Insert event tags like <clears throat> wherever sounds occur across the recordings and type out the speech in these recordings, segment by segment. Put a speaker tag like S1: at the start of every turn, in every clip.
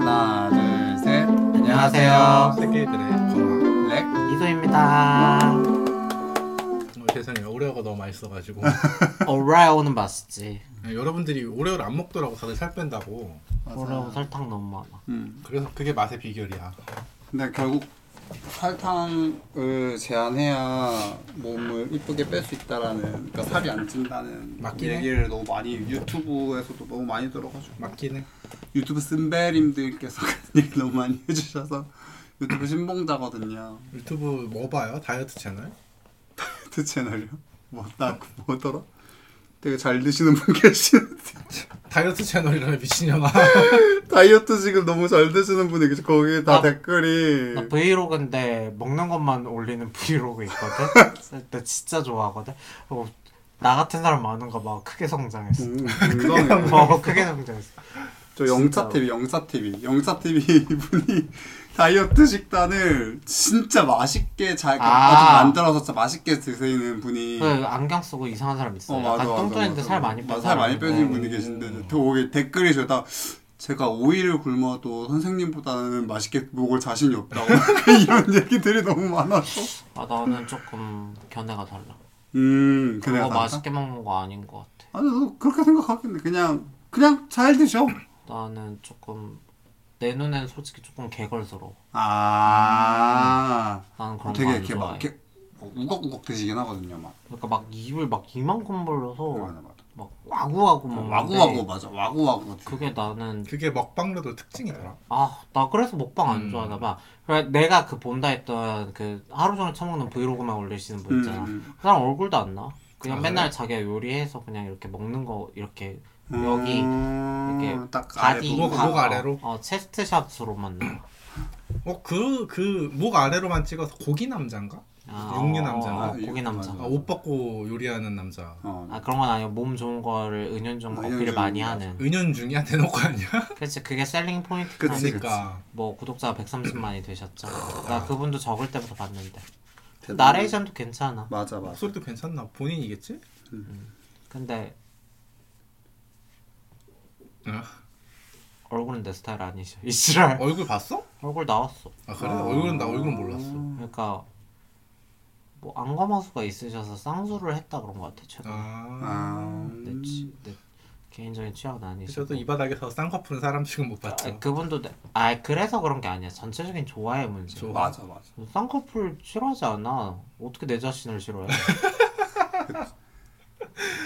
S1: 아.
S2: 안녕하세요.
S1: 새끼들의 건강.
S2: 렉
S3: 네.
S2: 이소입니다.
S1: 어, 세상에 오레오가 너무 <laughs> 맛있어가지고
S2: 오레오는 맛있지.
S1: 네, 여러분들이 오레오를 안 먹더라고 다들 살 뺀다고.
S2: 오레오 설탕 너무 많아.
S3: 음.
S1: 그래서 그게 맛의 비결이야.
S3: 근데 결국 설탕을 제한해야 몸을 이쁘게 뺄 수 있다라는 그러니까 살이 안 찐다는
S1: 맞긴 해.
S3: 얘기를 너무 많이 유튜브에서도 너무 많이 들어가지고
S1: 맞긴 해.
S3: 유튜브 쓴베림들께서 <laughs> 그런 얘기 너무 많이 해주셔서 유튜브 신봉자거든요
S1: 유튜브 뭐 봐요? 다이어트 채널?
S3: 그 채널이요 뭐나 뭐더라 되게 잘 드시는 분 계시는데 <laughs>
S1: 다이어트 채널이라면 미친년아. <laughs>
S3: 다이어트 지금 너무 잘 드시는 분이 계시 거기에 다
S2: 아, 나
S3: 댓글이 음,
S2: 브이로그인데 먹는 것만 올리는 <laughs> 브이로그 있거든. 나 진짜 좋아하거든. 어, 나 같은 사람 많은가 봐. 크게 성장했어.
S3: 음,
S2: 어, 크게 성장했어.
S3: 저 영차 TV, 영차 TV, 영차 TV <laughs> 분이 다이어트 식단을 진짜 맛있게 잘
S2: 아.
S3: 아~ 주 만들어서 진짜 맛있게 드시는 분이
S2: 그 안경 쓰고 이상한 사람 있어.
S3: 어
S2: 요
S3: 맞아 맞아
S2: 약간 뚱뚱했는데
S3: 맞아.
S2: 살 많이 뺀
S3: 맞아, 살 많이 네.
S2: 사람인데.
S3: 빼는 분이 계신데 거기 댓글이 저다 제가 오이를 굶어도 선생님보다는 맛있게 먹을 자신이 없다고 <laughs> 이런 얘기들이 너무 많아서
S2: 아 나는 조금 견해가 달라.
S3: 음 그래
S2: 그거 맛있게 먹는 거 아닌 것 같아.
S3: 아니 너 그렇게 생각하겠네 그냥 그냥 잘 드셔
S2: 나는 조금 내 눈엔 솔직히 조금 개걸스러워.
S3: 아
S2: 나는 그런
S3: 되게
S2: 거안
S3: 이렇게 막
S2: 좋아해.
S3: 이렇게 뭐 우걱우걱 드시긴 하거든요 막
S2: 그러니까 막 입을 막 이만큼 벌려서
S1: 어.
S3: 맞아 맞아
S2: 막
S1: 음.
S2: 와구와구 먹는데
S3: 와구와구 맞아 와구와구
S2: 그게 나는
S1: 그게 먹방러도 특징이더라.
S2: 아 나 그래서 먹방 안
S1: 음.
S2: 좋아하나 봐. 그러니까 내가 그 본다 했던 그 하루 종일 처먹는 브이로그만 올리시는 분 있잖아.
S3: 음.
S2: 그 사람 얼굴도 안 나. 그냥
S1: 아,
S2: 맨날 자기가 요리해서 그냥 이렇게 먹는 거 이렇게 여기
S3: 음,
S2: 이렇게
S3: 딱
S2: 바디
S1: 부목,
S2: 바-
S1: 부목 아래로?
S2: 어, 어 체스트샷으로만 나.
S1: 어그그 목 아래로만 찍어서 고기 남자인가?
S2: 아,
S1: 육류
S2: 어,
S1: 남자인가?
S2: 어, 고기 남자.
S1: 아, 옷 벗고 요리하는 남자.
S3: 어,
S2: 아 그런 건 아니고 몸 좋은 거를 은연중
S3: 은연중
S2: 어필을 많이
S3: 맞아.
S2: 하는.
S1: 은연중이야 대놓고 아니야?
S2: 그렇지 그게 셀링 포인트긴 하지.
S1: 그러니까
S2: 뭐 구독자가 130만이 되셨죠. 나
S1: 아.
S2: 그분도 적을 때부터 봤는데.
S3: 대단해.
S2: 나레이션도 괜찮아.
S3: 맞아 맞아
S1: 목소리도 괜찮나? 본인이겠지?
S2: 근데
S1: 아,
S2: 얼굴은 내 스타일 아니죠. <laughs> 이씨랄.
S1: 얼굴 봤어?
S2: 얼굴 나왔어.
S1: 아 그래? 얼굴은 나 얼굴 몰랐어.
S3: 음.
S2: 그러니까 뭐 안검하수가 있으셔서 쌍수를 했다 그런 것 같아. 최근.
S1: 아.
S3: 아,
S2: 내, 취, 내 개인적인 취향은 아니죠.
S1: 저도 이 바닥에서 쌍꺼풀은 사람 지금 못
S2: 아,
S1: 봤죠.
S2: 그분도 내- 아 그래서 그런 게 아니야. 전체적인 좋아의 문제.
S1: 좋아.
S3: 맞아 맞아
S2: 쌍꺼풀 싫어하지 않아. 어떻게 내 자신을 싫어해?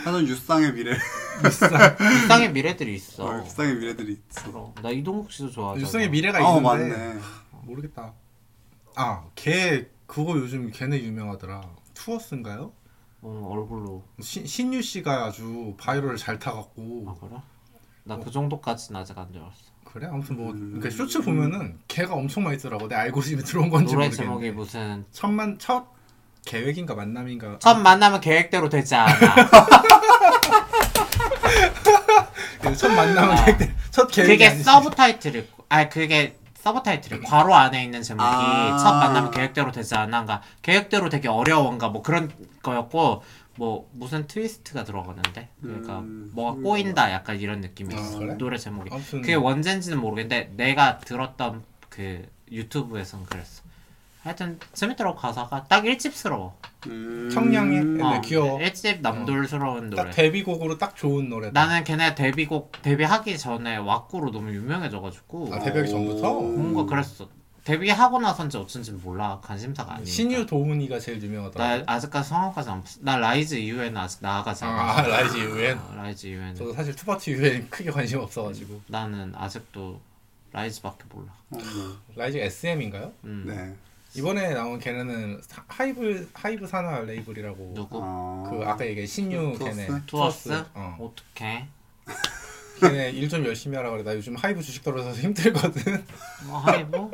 S3: 하는 유쌍의 미래
S2: 일상의 미래들이 있어.
S3: 어, <laughs> 유쌍의 미래들이 있어
S2: 그럼. 나 이동국 씨도 좋아하잖아.
S1: 유성의 미래가
S3: 아 어,
S1: 있는데
S3: 맞네
S1: 모르겠다. 아, 걔 그거 요즘 걔네 유명하더라. 투어스인가요?
S2: 어, 얼굴로.
S1: 신, 신유 씨가 아주 바이럴을 잘
S2: 아
S1: 타갖고
S2: 그래? 나 그 정도까지는 아직 안 들었어.
S1: 그래 아무튼 뭐
S3: 음.
S1: 그러니까 쇼츠 보면은 걔가 엄청 많이 있더라고 내 알고리즘에 들어온 건지
S2: 노래
S1: 모르겠는데
S2: 제목이 무슨
S1: 첫만 첫 계획인가 만남인가
S2: 첫 만남은 계획대로 되지 않아.
S1: 그 첫 만남은
S2: 아.
S1: 계획대- 첫 <laughs> 계획이
S2: 그게
S1: 아니지.
S2: 서브 타이틀이 아 그게 서브 타이틀이 괄호 안에 있는 제목이
S3: 아.
S2: 첫 만남은 계획대로 되지 않아가 그러니까 계획대로 되게 어려운가 뭐 그런 거였고 뭐 무슨 트위스트가 들어가는데 그러니까
S3: 음.
S2: 뭐가 꼬인다 약간 이런 느낌이
S1: 아,
S2: 있어
S1: 그래?
S2: 노래 제목이
S1: 아무튼 음.
S2: 그게 원제인지는 모르겠는데 내가 들었던 그 유튜브에선 그랬어 하여튼 스미트로 가사가 딱 일집스러워
S3: 음.
S1: 청량해.
S3: 음.
S2: 아,
S1: 근데 귀여워.
S2: 어, 네,
S1: 어.
S2: 일집 남돌스러운 노래
S1: 딱 데뷔곡으로 딱 좋은 노래
S2: 나는 걔네 데뷔곡 데뷔하기 전에 왁구로 너무 유명해져가지고
S1: 아, 데뷔하기 전부터?
S2: 뭔가 그랬어 데뷔하고 나선지 어쩐지 몰라 관심사가 아니니까
S1: 신유 도훈이가 제일
S2: 나
S1: 유명하더라고
S2: 아직까지 성악까지 안 봤어 나 라이즈 이후에는 아직 나아가지
S1: 아
S2: 않았어
S1: 라이즈 유엔
S2: 어, 라이즈 이후에는
S1: 저도 사실 투파트 유엔 <laughs> 크게 관심 없어가지고
S2: 나는 아직도 라이즈밖에 몰라
S3: 어머.
S1: 라이즈 SM인가요?
S2: 음.
S3: 네
S1: 이번에 나온 걔네는 사- 하이브 하이브 산하 레이블이라고
S2: 누구?
S3: 어.
S1: 그 아까 얘기한 신유
S3: 투어스?
S1: 걔네
S2: 투어스?
S1: 어.
S2: 어. 떻게
S1: 걔네 일 좀 열심히 하라 그래 나 요즘 하이브 주식 떨어져서 <laughs> 힘들거든
S2: 뭐 하이브?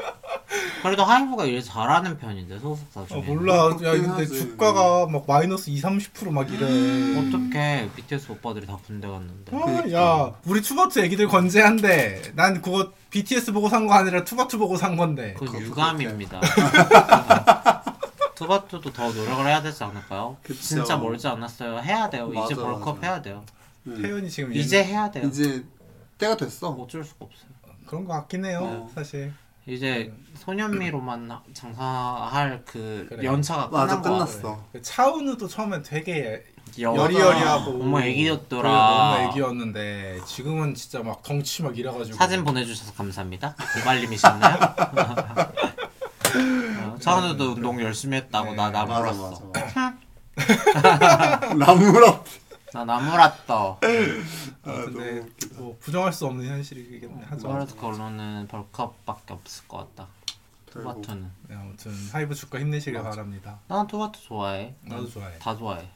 S2: 그래도 하이브가 일 잘하는 편인데 소속사 중에
S1: 어, 몰라 야
S3: 그렇긴
S1: 근데
S3: 하지.
S1: 주가가 막 마이너스 2, 30%막 이래
S2: 어떻게 BTS 오빠들이 다 군대 갔는데
S3: 그러니까.
S1: 아, 야 우리 투바투 애기들 건재한데 난 그거 BTS 보고 산 거 아니라 투바투 보고 산 건데
S2: 그건
S3: 그거
S2: 유감입니다. 투바투도 더 노력을 해야 되지 않을까요?
S3: 그쵸.
S2: 진짜 멀지 않았어요. 해야 돼요. 이제
S3: 맞아,
S2: 월컵
S3: 맞아.
S2: 해야 돼요. 그
S3: 음.
S1: 태연이 지금
S2: 이제 해야 돼요.
S3: 이제 때가 됐어
S2: 뭐 어쩔 수가 없어요. 네.
S1: 그런 거 같긴 해요
S3: 어.
S1: 사실
S2: 이제 소년미로만 하- 장사할 그
S1: 그래.
S2: 연차가
S3: 맞아
S2: 끝난 거 같아.
S3: 끝났어.
S1: 그 차은우도 처음엔 되게
S2: 여-
S1: 여리여리하고
S2: 너무 애기였더라.
S1: 너무 애기였는데 지금은 진짜 막 덩치 막 이래가지고
S2: 사진 보내주셔서 감사합니다. 고발님이셨나요? 어, 차은우도 운동 열심히 했다고 나
S3: 맞아
S2: 나무랐어.
S3: 맞아. <laughs> 맞아. 나무라.
S2: <laughs> 나 나무랐다.
S1: 아, 근데
S3: 너무
S1: 뭐 부정할 수 없는 현실이긴 하죠.
S2: 스마트 걸로는 뭐 벌크업밖에 없을 것 같다. 토마토는.
S1: 네, 아무튼 하이브 축구 힘내시길 바랍니다.
S2: 난 토마토 좋아해.
S3: 네.
S1: 나도 좋아해.
S2: 다 좋아해.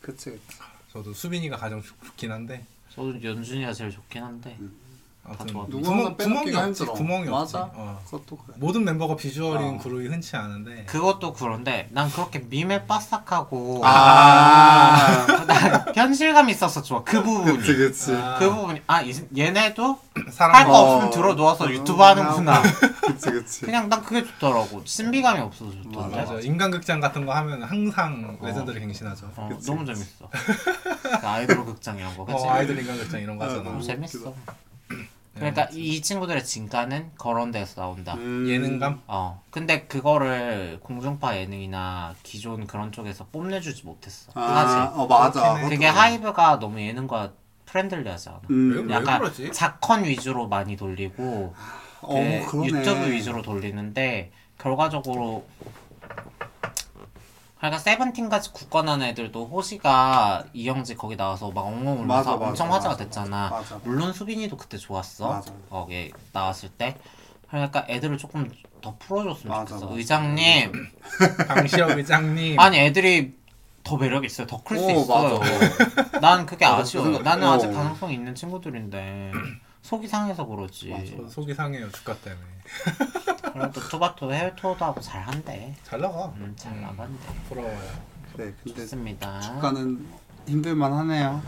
S3: 그치 그치.
S1: 아, 저도 수빈이가 가장 좋- 좋긴 한데
S2: 저도 연준이가 제일 좋긴 한데.
S1: 음. 아무튼
S2: 다 좋아.
S3: 누구
S1: 구멍
S3: 하나
S1: 구멍이
S3: 빼놓기가
S1: 없지
S3: 힘들어.
S1: 구멍이 없지.
S3: 맞아.
S1: 어.
S3: 그것도 그래.
S1: 모든 멤버가 비주얼인
S3: 어.
S1: 그룹이 흔치 않은데
S2: 그것도 그런데 난 그렇게 밈에
S1: 아,
S2: 빠삭하고 <laughs>
S3: 아.
S2: 나 현실감 있어서 좋아. 그 부분이.
S3: 그치 그치.
S1: 아.
S2: 그 부분이 아 이- 얘네도 할
S1: 사람
S2: 거
S3: 어.
S2: 없으면 들어
S3: 어,
S2: 누워서
S1: 음,
S2: 유튜브 하는구나.
S3: 그치 그치.
S2: <laughs> 그냥 난 그게 좋더라고. 신비감이 없어서 좋던데.
S1: 맞아. 인간극장 같은 거 하면 항상 레전드를 갱신하죠.
S2: 어,
S3: 그치,
S2: 너무 재밌어. 그 아이돌 극장이란 거 그치?
S1: 어, 아이돌 인간극장 이런 거 하잖아.
S3: 어,
S2: 너무 재밌어.
S3: 웃기다.
S2: 그러니까 이 친구들의 진가는 그런 데서 나온다.
S3: 음.
S1: 예능감?
S2: 어. 근데 그거를 공중파 예능이나 기존 그런 쪽에서 뽐내주지 못했어.
S3: 아,
S2: 사실.
S3: 어 맞아.
S1: 그렇긴 해.
S2: 되게
S3: 그것도 그래.
S2: 하이브가 너무 예능과 프렌들리하지 않아.
S3: 음.
S1: 왜
S2: 약간
S1: 그러지?
S2: 작컨 위주로 많이 돌리고
S3: 어,
S2: 그
S3: 그러네.
S2: 유튜브 위주로 돌리는데 결과적으로 그러니까 세븐틴까지 굳건한 애들도 호시가 이영지 거기 나와서 막 엉엉 울면서
S3: 맞아, 맞아,
S2: 엄청 화제가
S3: 맞아,
S2: 됐잖아.
S3: 맞아.
S2: 물론 수빈이도 그때 좋았어.
S3: 맞아.
S2: 어, 얘 나왔을 때. 그러니까 애들을 조금 더 풀어줬으면
S3: 맞아,
S2: 좋겠어.
S3: 맞아.
S2: 의장님.
S1: 강시혁 의장님.
S2: 아니 애들이 더 매력 있어요. 더 클 수
S3: 오,
S2: 있어요. 난 그게
S3: 맞아,
S2: 아쉬워요.
S3: 그건-
S2: 나는 아직
S3: 어.
S2: 가능성 이 있는 친구들인데 속이 상해서 그러지.
S1: 저 속이 상해요 주가 때문에.
S2: 그래도 투바투 그러니까 해외 투어도 하고 잘 한대.
S1: 잘 나가.
S2: 음, 잘 나간대.
S1: 부러워요.
S3: 네, 근데
S2: <laughs> 좋습니다.
S3: 주가는 힘들만 하네요.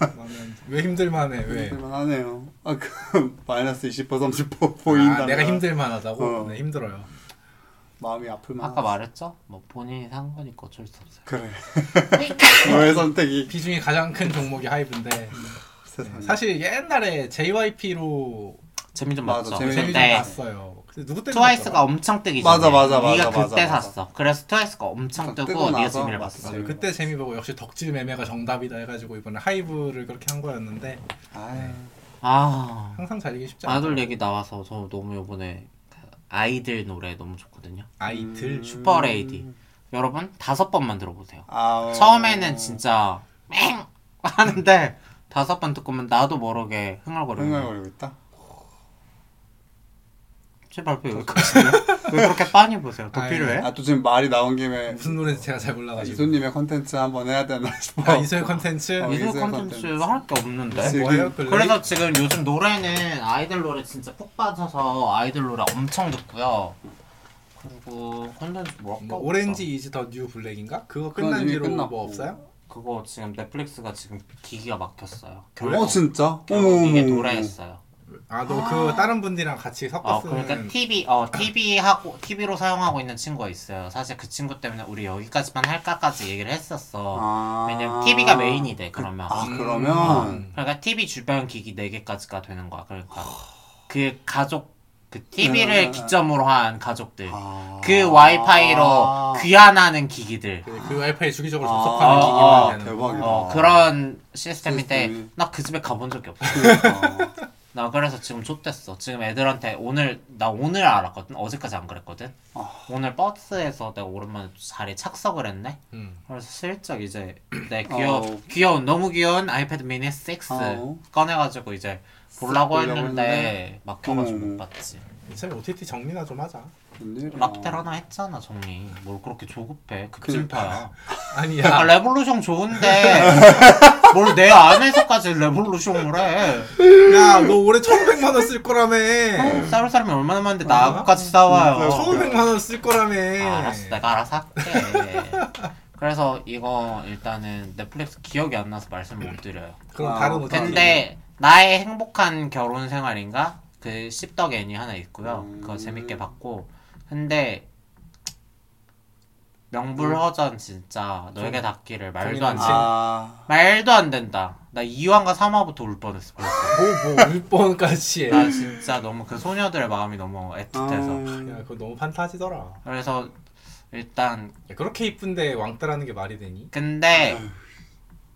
S1: 나는 왜 힘들만해 왜?
S3: 힘들만 하네요. 아, 그 <laughs> 마이너스 20% 30% 보인다.
S1: 아, 내가 힘들만하다고.
S3: 어.
S1: 네 힘들어요.
S3: 마음이 아플만.
S2: 아까 말했죠? 뭐 본인이 산 거니까 어쩔 수
S3: <laughs>
S2: 없어요.
S3: 그래. 너의 선택이
S1: 비중이 가장 큰 종목이 하이브인데
S2: 음.
S3: 세상에.
S1: 사실 옛날에 JYP로
S2: 재미 좀
S3: 맞아,
S2: 봤죠?
S3: 재미
S1: 재미 좀
S2: 그때
S1: 봤어요. 근데 누구 때문에
S2: 음, 네. 트와이스가
S1: 봤더라?
S2: 엄청 뜨기 전에
S3: 맞아, 맞아, 맞아,
S2: 네가
S3: 맞아,
S2: 그때
S3: 맞아.
S2: 샀어. 그래서 트와이스가 엄청
S3: 딱
S2: 뜨고
S3: 뜨고
S2: 네가
S3: 나서
S2: 재미를
S3: 맞아.
S2: 봤어.
S1: 맞아요. 그때 재미 보고 역시 덕질 매매가 정답이다 해가지고 이번에 하이브를 그렇게 한 거였는데
S3: 아,
S2: 아
S1: 항상 잘 이기 쉽지 않아.
S2: 아이돌 얘기 나와서 저 너무 요번에 그 아이들 노래 너무 좋거든요.
S3: 음.
S1: 아이들
S2: 슈퍼레이디 여러분 다섯 번만 들어보세요.
S3: 아,
S2: 처음에는 진짜 맹 <laughs> 하는데 다섯 번 듣고면 나도 모르게 흥얼거리고
S3: 흥얼거리고 있다.
S2: 제 발표
S1: <laughs>
S2: 여기까지예요? 왜 그렇게 빤히 보세요? 더
S1: 아유,
S2: 필요해?
S3: 아, 또 지금 말이 나온 김에
S1: 무슨 노래인지 제가 잘 몰라가지고.
S3: 이소님의 컨텐츠 한번 해야 되나 싶어.
S1: 아, 이소의 컨텐츠.
S3: 어,
S2: 미술
S3: 미술
S2: 컨텐츠
S3: 콘텐츠.
S2: 할 게 없는데?
S3: 미술.
S1: 뭐 해요?
S3: 지금-
S2: 그래서 지금 요즘 노래는 아이들 노래 진짜 푹 빠져서 아이들 노래 엄청 듣고요 그리고 컨텐츠 뭐 할까?
S1: 뭐 오렌지 이즈 더 뉴 블랙인가? 그거
S3: 그건
S1: 끝난
S3: 이미
S1: 뒤로
S3: 끝났고.
S1: 뭐 없어요?
S2: 그거 지금 넷플릭스가 지금 기기가 막혔어요
S3: 어 진짜?
S2: 결국 이게
S1: 음.
S3: 어머.
S2: 노래였어요
S1: 아 너 그 다른 분들이랑 같이 섞어
S2: 어,
S1: 쓰는
S2: 그러니까 TV 어 TV 하고 TV로 사용하고 있는 친구가 있어요. 사실 그 친구 때문에 우리 여기까지만 할까까지 얘기를 했었어.
S3: 아.
S2: 왜냐면 TV가 메인이 돼 그러면. 음.
S3: 아 그러면
S2: 그러니까 TV 주변 기기 4개까지가 되는 거야. 그러니까 그 가족 그 TV를
S3: 음.
S2: 기점으로 한 가족들.
S3: 아.
S2: 그 와이파이로 그 귀환하는 기기들.
S1: 그, 그 와이파이 주기적으로
S3: 아,
S1: 접속하는
S2: 아,
S1: 기기만
S2: 아,
S1: 되는
S3: 대박이다.
S2: 어, 그런 시스템인데
S3: 시스템이.
S2: 나 그 집에 가본 적이 없어.
S3: 그러니까.
S2: 나 그래서 지금 좆됐어. 지금 애들한테 오늘 나 오늘 알았거든. 어제까지 안 그랬거든.
S3: 아.
S2: 오늘 버스에서 내가 오랜만에 자리에 착석을 했네.
S1: 음.
S2: 그래서 슬쩍 이제 내 귀여
S3: 어.
S2: 귀여운 너무 귀여운 아이패드 미니 6
S3: 어.
S2: 꺼내가지고 이제 보려고
S3: 보려고
S2: 했는데,
S3: 했는데? 음.
S2: 막혀가지고
S3: 어머.
S2: 못 봤지.
S1: 참 OTT 정리나 좀 하자.
S2: 아,
S3: 웬일이야.
S2: 락텔 하나 했잖아 정리. 뭘 그렇게 조급해? 급진파야. 아
S1: 아니야.
S3: <laughs>
S2: 레볼루션 좋은데 뭘 내 안에서까지 레볼루션을 해?
S1: 야 너 올해 1,100만 원 쓸 거라며.
S2: 어, 싸울 사람이 얼마나 많은데
S1: 아,
S2: 나하고까지 싸워요.
S3: 진짜.
S1: 1,500만 원 쓸 거라며.
S2: 아, 알았어, 내가 알아서 할게. 그래서 이거 일단은 넷플릭스 기억이 안 나서 말씀 못 드려요.
S1: 그럼
S3: 아,
S1: 다른 OTT.
S2: 근데 나의 행복한 결혼 생활인가 그 씹덕 애니 하나 있고요.
S3: 음.
S2: 그거 재밌게 봤고 근데 명불허전 진짜 너에게 닿기를 말도 안
S1: 정의는
S2: 된다.
S3: 아
S2: 말도 안 된다. 나 2화인가 3화부터 울 뻔했어. 벌써.
S1: 뭐뭐 6번까지 해.
S2: 나 진짜 너무 그 소녀들의 마음이 너무 애틋해서.
S1: 야
S3: 아,
S1: 그거 너무 판타지더라.
S2: 그래서 일단
S1: 야, 그렇게 이쁜데 왕따라는 게 말이 되니?
S2: 근데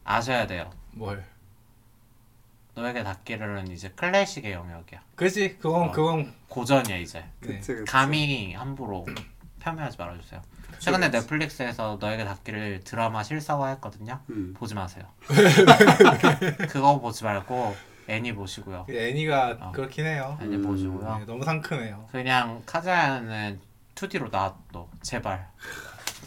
S2: 아셔야 돼요.
S1: 뭘?
S2: 너에게 닿기를은 이제 클래식의 영역이야.
S1: 그지? 그건
S2: 어.
S1: 그건
S2: 고전이야 이제.
S3: 그치 그치
S2: 감히 함부로 폄훼하지 말아주세요. 최근에 넷플릭스에서 너에게 닿기를 드라마 실사화했거든요.
S3: 음.
S2: 보지 <laughs> 마세요. 그거 보지 말고 애니 보시고요.
S1: 그 애니가
S2: 어.
S1: 그렇긴 해요.
S2: 애니
S3: 음.
S2: 보시고요.
S1: 네, 너무 상큼해요.
S2: 그냥 카자야는 2D로 나왔어. 제발.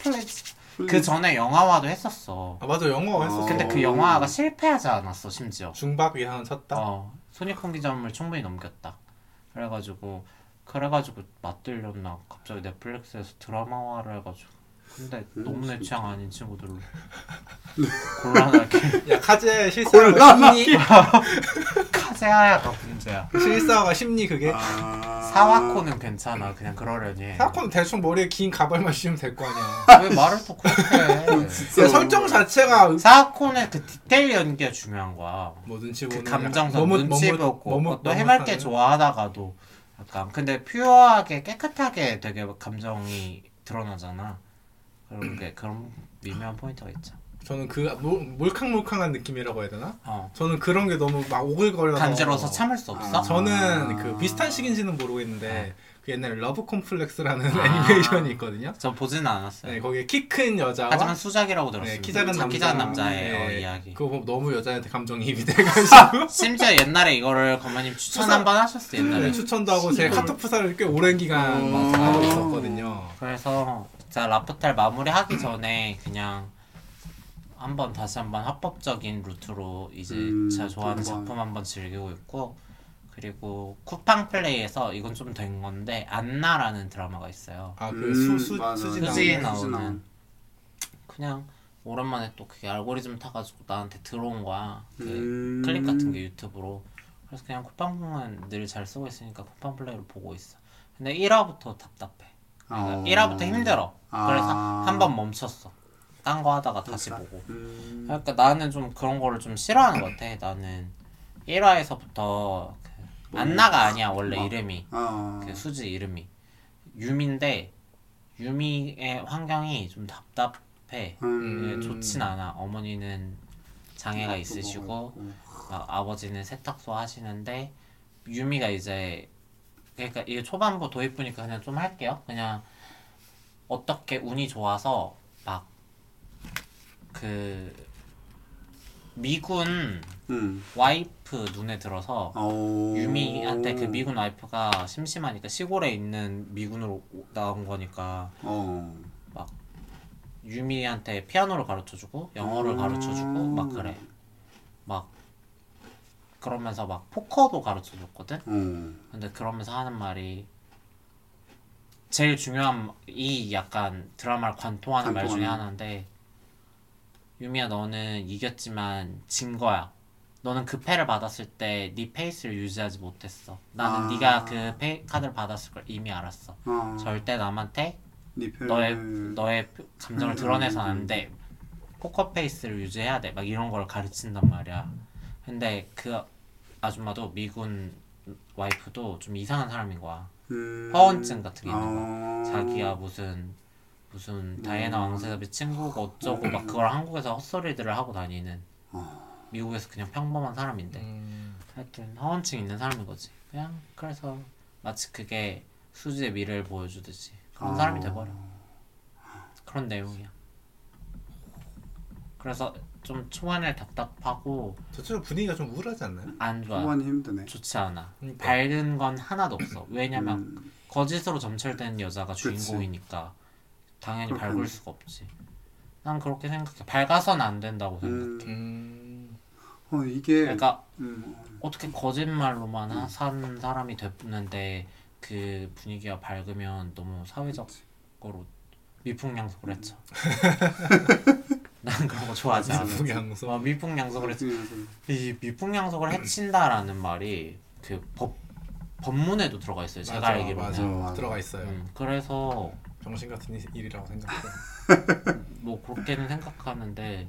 S2: 플리즈. 그 전에 영화화도 했었어.
S1: 아 맞아 영화가
S3: 어.
S1: 했었어.
S2: 근데 그 영화가 실패하지 않았어 심지어.
S1: 중박 위하는 쳤다.
S2: 어, 손익분기점을 충분히 넘겼다. 그래가지고 그래가지고 맞들렸나 갑자기 넷플릭스에서 드라마화를 해가지고 근데
S3: 음,
S2: 너무 내
S3: 진짜.
S2: 취향 아닌
S1: <laughs>
S2: 친구들로 곤란하게
S1: 야 카제 실사가
S3: 곤란하게.
S1: 심리
S2: 카제아야가 문제야.
S1: 실사가 심리 그게
S3: 아...
S2: 사와코는 괜찮아 그냥 그러려니. 해.
S1: 사건 대충 머리에 긴 가발만 씌우면 될 거
S2: <laughs>
S1: 아니야.
S2: 왜 말을 또
S1: <laughs>
S2: 그렇게 해?
S1: 야, 설정 자체가
S2: 사와코는 그 디테일 연기가 중요한 거야.
S1: 뭐 눈치
S2: 그
S1: 보는
S2: 감정선
S1: 머뭇-
S2: 눈치
S1: 머뭇-
S2: 보고 뭐
S1: 머뭇-
S2: 또 해맑게
S1: 머뭇하는.
S2: 좋아하다가도 약간 근데 퓨어하게 깨끗하게 되게 감정이 드러나잖아 그런 게 그런 미묘한 포인트가 있죠
S1: 저는 그 몰- 몰캉몰캉한 느낌이라고 해야 되나?
S2: 어
S1: 저는 그런 게 너무 막 오글거려서
S2: 간지러워서 참을 수 없어 네.
S3: 아.
S1: 저는 그 비슷한 식인지는 모르겠는데 그 옛날에 러브 콤플렉스라는 <laughs> 애니메이션이 있거든요.
S2: 저 보지는 않았어요
S1: 네, 거기에 키 큰 여자와
S2: 하지만 수작이라고 들었습니다
S1: 네, 키 작은 남자,
S2: 키 작은 남자의 어,
S1: 네,
S2: 이야기
S1: 그거 보면 너무 여자한테 감정이입이 돼가지고
S2: 심지어 옛날에 이거를 건마님 추천
S1: 추천.
S2: 한 번 하셨어 옛날에
S1: 네, 추천도 하고 제 카톡 프사를 꽤 오랜 기간
S3: 음.
S1: 하고 있었거든요.
S2: 그래서 진짜 라프탈 마무리하기 전에 그냥 한번 다시 한번 합법적인 루트로 이제
S3: 음,
S2: 제가 좋아하는
S3: 한번.
S2: 작품 한번 즐기고 있고 그리고 쿠팡 플레이에서 이건 좀 된 건데 안나라는 드라마가 있어요.
S3: 음,
S1: 아그 수수 수지
S2: 수지
S1: 나오는
S2: 나오는. 그냥 오랜만에 또 그게 알고리즘 타가지고 나한테 들어온 거야. 그
S3: 음.
S2: 클립 같은 게 유튜브로. 그래서 그냥 쿠팡은 늘 잘 쓰고 있으니까 쿠팡 플레이로 보고 있어. 근데 1화부터 답답해. 그러니까 1화부터 힘들어.
S3: 어. 아.
S2: 그래서 한 번 멈췄어. 딴 거 하다가 다시 보고.
S3: 음...
S2: 그러니까 나는 좀 그런 거를 좀 싫어하는 것 같아. 나는 1화에서부터 그 안나가 아니야 원래
S3: 뭐.
S2: 이름이
S3: 아...
S2: 그 수지 이름이 유미인데 유미의 환경이 좀 답답해.
S3: 음...
S2: 예, 좋진 않아. 어머니는 장애가 있으시고
S3: 음,
S2: 아, 아버지는 세탁소 하시는데 유미가 이제 그러니까 이게 초반부 도입부니까 그냥 좀 할게요. 그냥 어떻게 운이 좋아서 막 그 미군
S3: 음.
S2: 와이프 눈에 들어서
S3: 오...
S2: 유미한테 그 미군 와이프가 심심하니까 시골에 있는 미군으로 오- 나온 거니까
S3: 어...
S2: 유미한테 피아노를 가르쳐주고 영어를
S3: 음.
S2: 가르쳐주고 막 그래 막 그러면서 막 포커도 가르쳐줬거든
S3: 어...
S2: 근데 그러면서 하는 말이 제일 중요한 이 약간 드라마를 관통하는 말 중에
S3: 관통하는.
S2: 하나인데 유미야 너는 이겼지만 진 거야. 너는 그 패를 받았을 때 네 페이스를 유지하지 못했어. 나는
S3: 아.
S2: 네가 그 페이 카드를 받았을 걸 이미 알았어.
S3: 아...
S2: 절대 남한테
S3: 네 편을...
S2: 너의 너의
S3: 음,
S2: 감정을 드러내서는
S3: 음,
S2: 안
S3: 음.
S2: 돼. 포커 페이스를 유지해야 돼. 막 이런 걸 가르친단 말이야. 근데 그 아줌마도 미군 와이프도 좀 이상한 사람인 거야.
S3: 음...
S2: 허언증 같은 게 있는 거야.
S3: 아...
S2: 자기야 무슨
S3: 음.
S2: 무슨 다이애나 왕세자비 친구고 어쩌고 막 그걸 한국에서 헛소리들을 하고 다니는
S3: 아.
S2: 미국에서 그냥 평범한 사람인데
S1: 음,
S2: 네. 하여튼 허언증 있는 사람인 거지. 그냥 그래서 마치 그게 수지의 미래를 보여주듯이 그런
S3: 아.
S2: 사람이 돼버려. 그런 내용이야. 그래서 좀 초반에 답답하고
S1: 저처럼 분위기가 좀 우울하지 않나요?
S2: 안 좋아.
S3: 후반이 힘드네
S2: 좋지 않아.
S1: 그러니까.
S2: 밝은 건 하나도 없어. 왜냐면
S3: 음...
S2: 거짓으로 점철된 여자가
S3: 그치.
S2: 주인공이니까 당연히
S3: 그렇군요.
S2: 밝을 수가 없지. 난 그렇게 생각해. 밝아선 안 된다고 생각해.
S3: 음...
S1: 음,
S3: 어 이게
S2: 그러니까
S3: 음...
S2: 어떻게 거짓말로만 하- 산 사람이 됐는데 그 분위기가 밝으면 너무 사회적으로
S3: <laughs>
S2: 미풍양속을 했죠. 난 그런 거 좋아하지 않아.
S1: 미풍양속.
S2: 어, 미풍양속을 했지.
S3: 그래서
S2: 이 미풍양속을 해친다라는 말이 그 법 법문에도 들어가 있어요. 제가
S1: 맞아,
S2: 알기로는.
S1: 맞아.
S3: 음.
S1: 들어가 있어요.
S2: 음, 그래서
S1: 정신 같은 일이라고 생각해.
S2: 뭐 그렇게는 생각하는데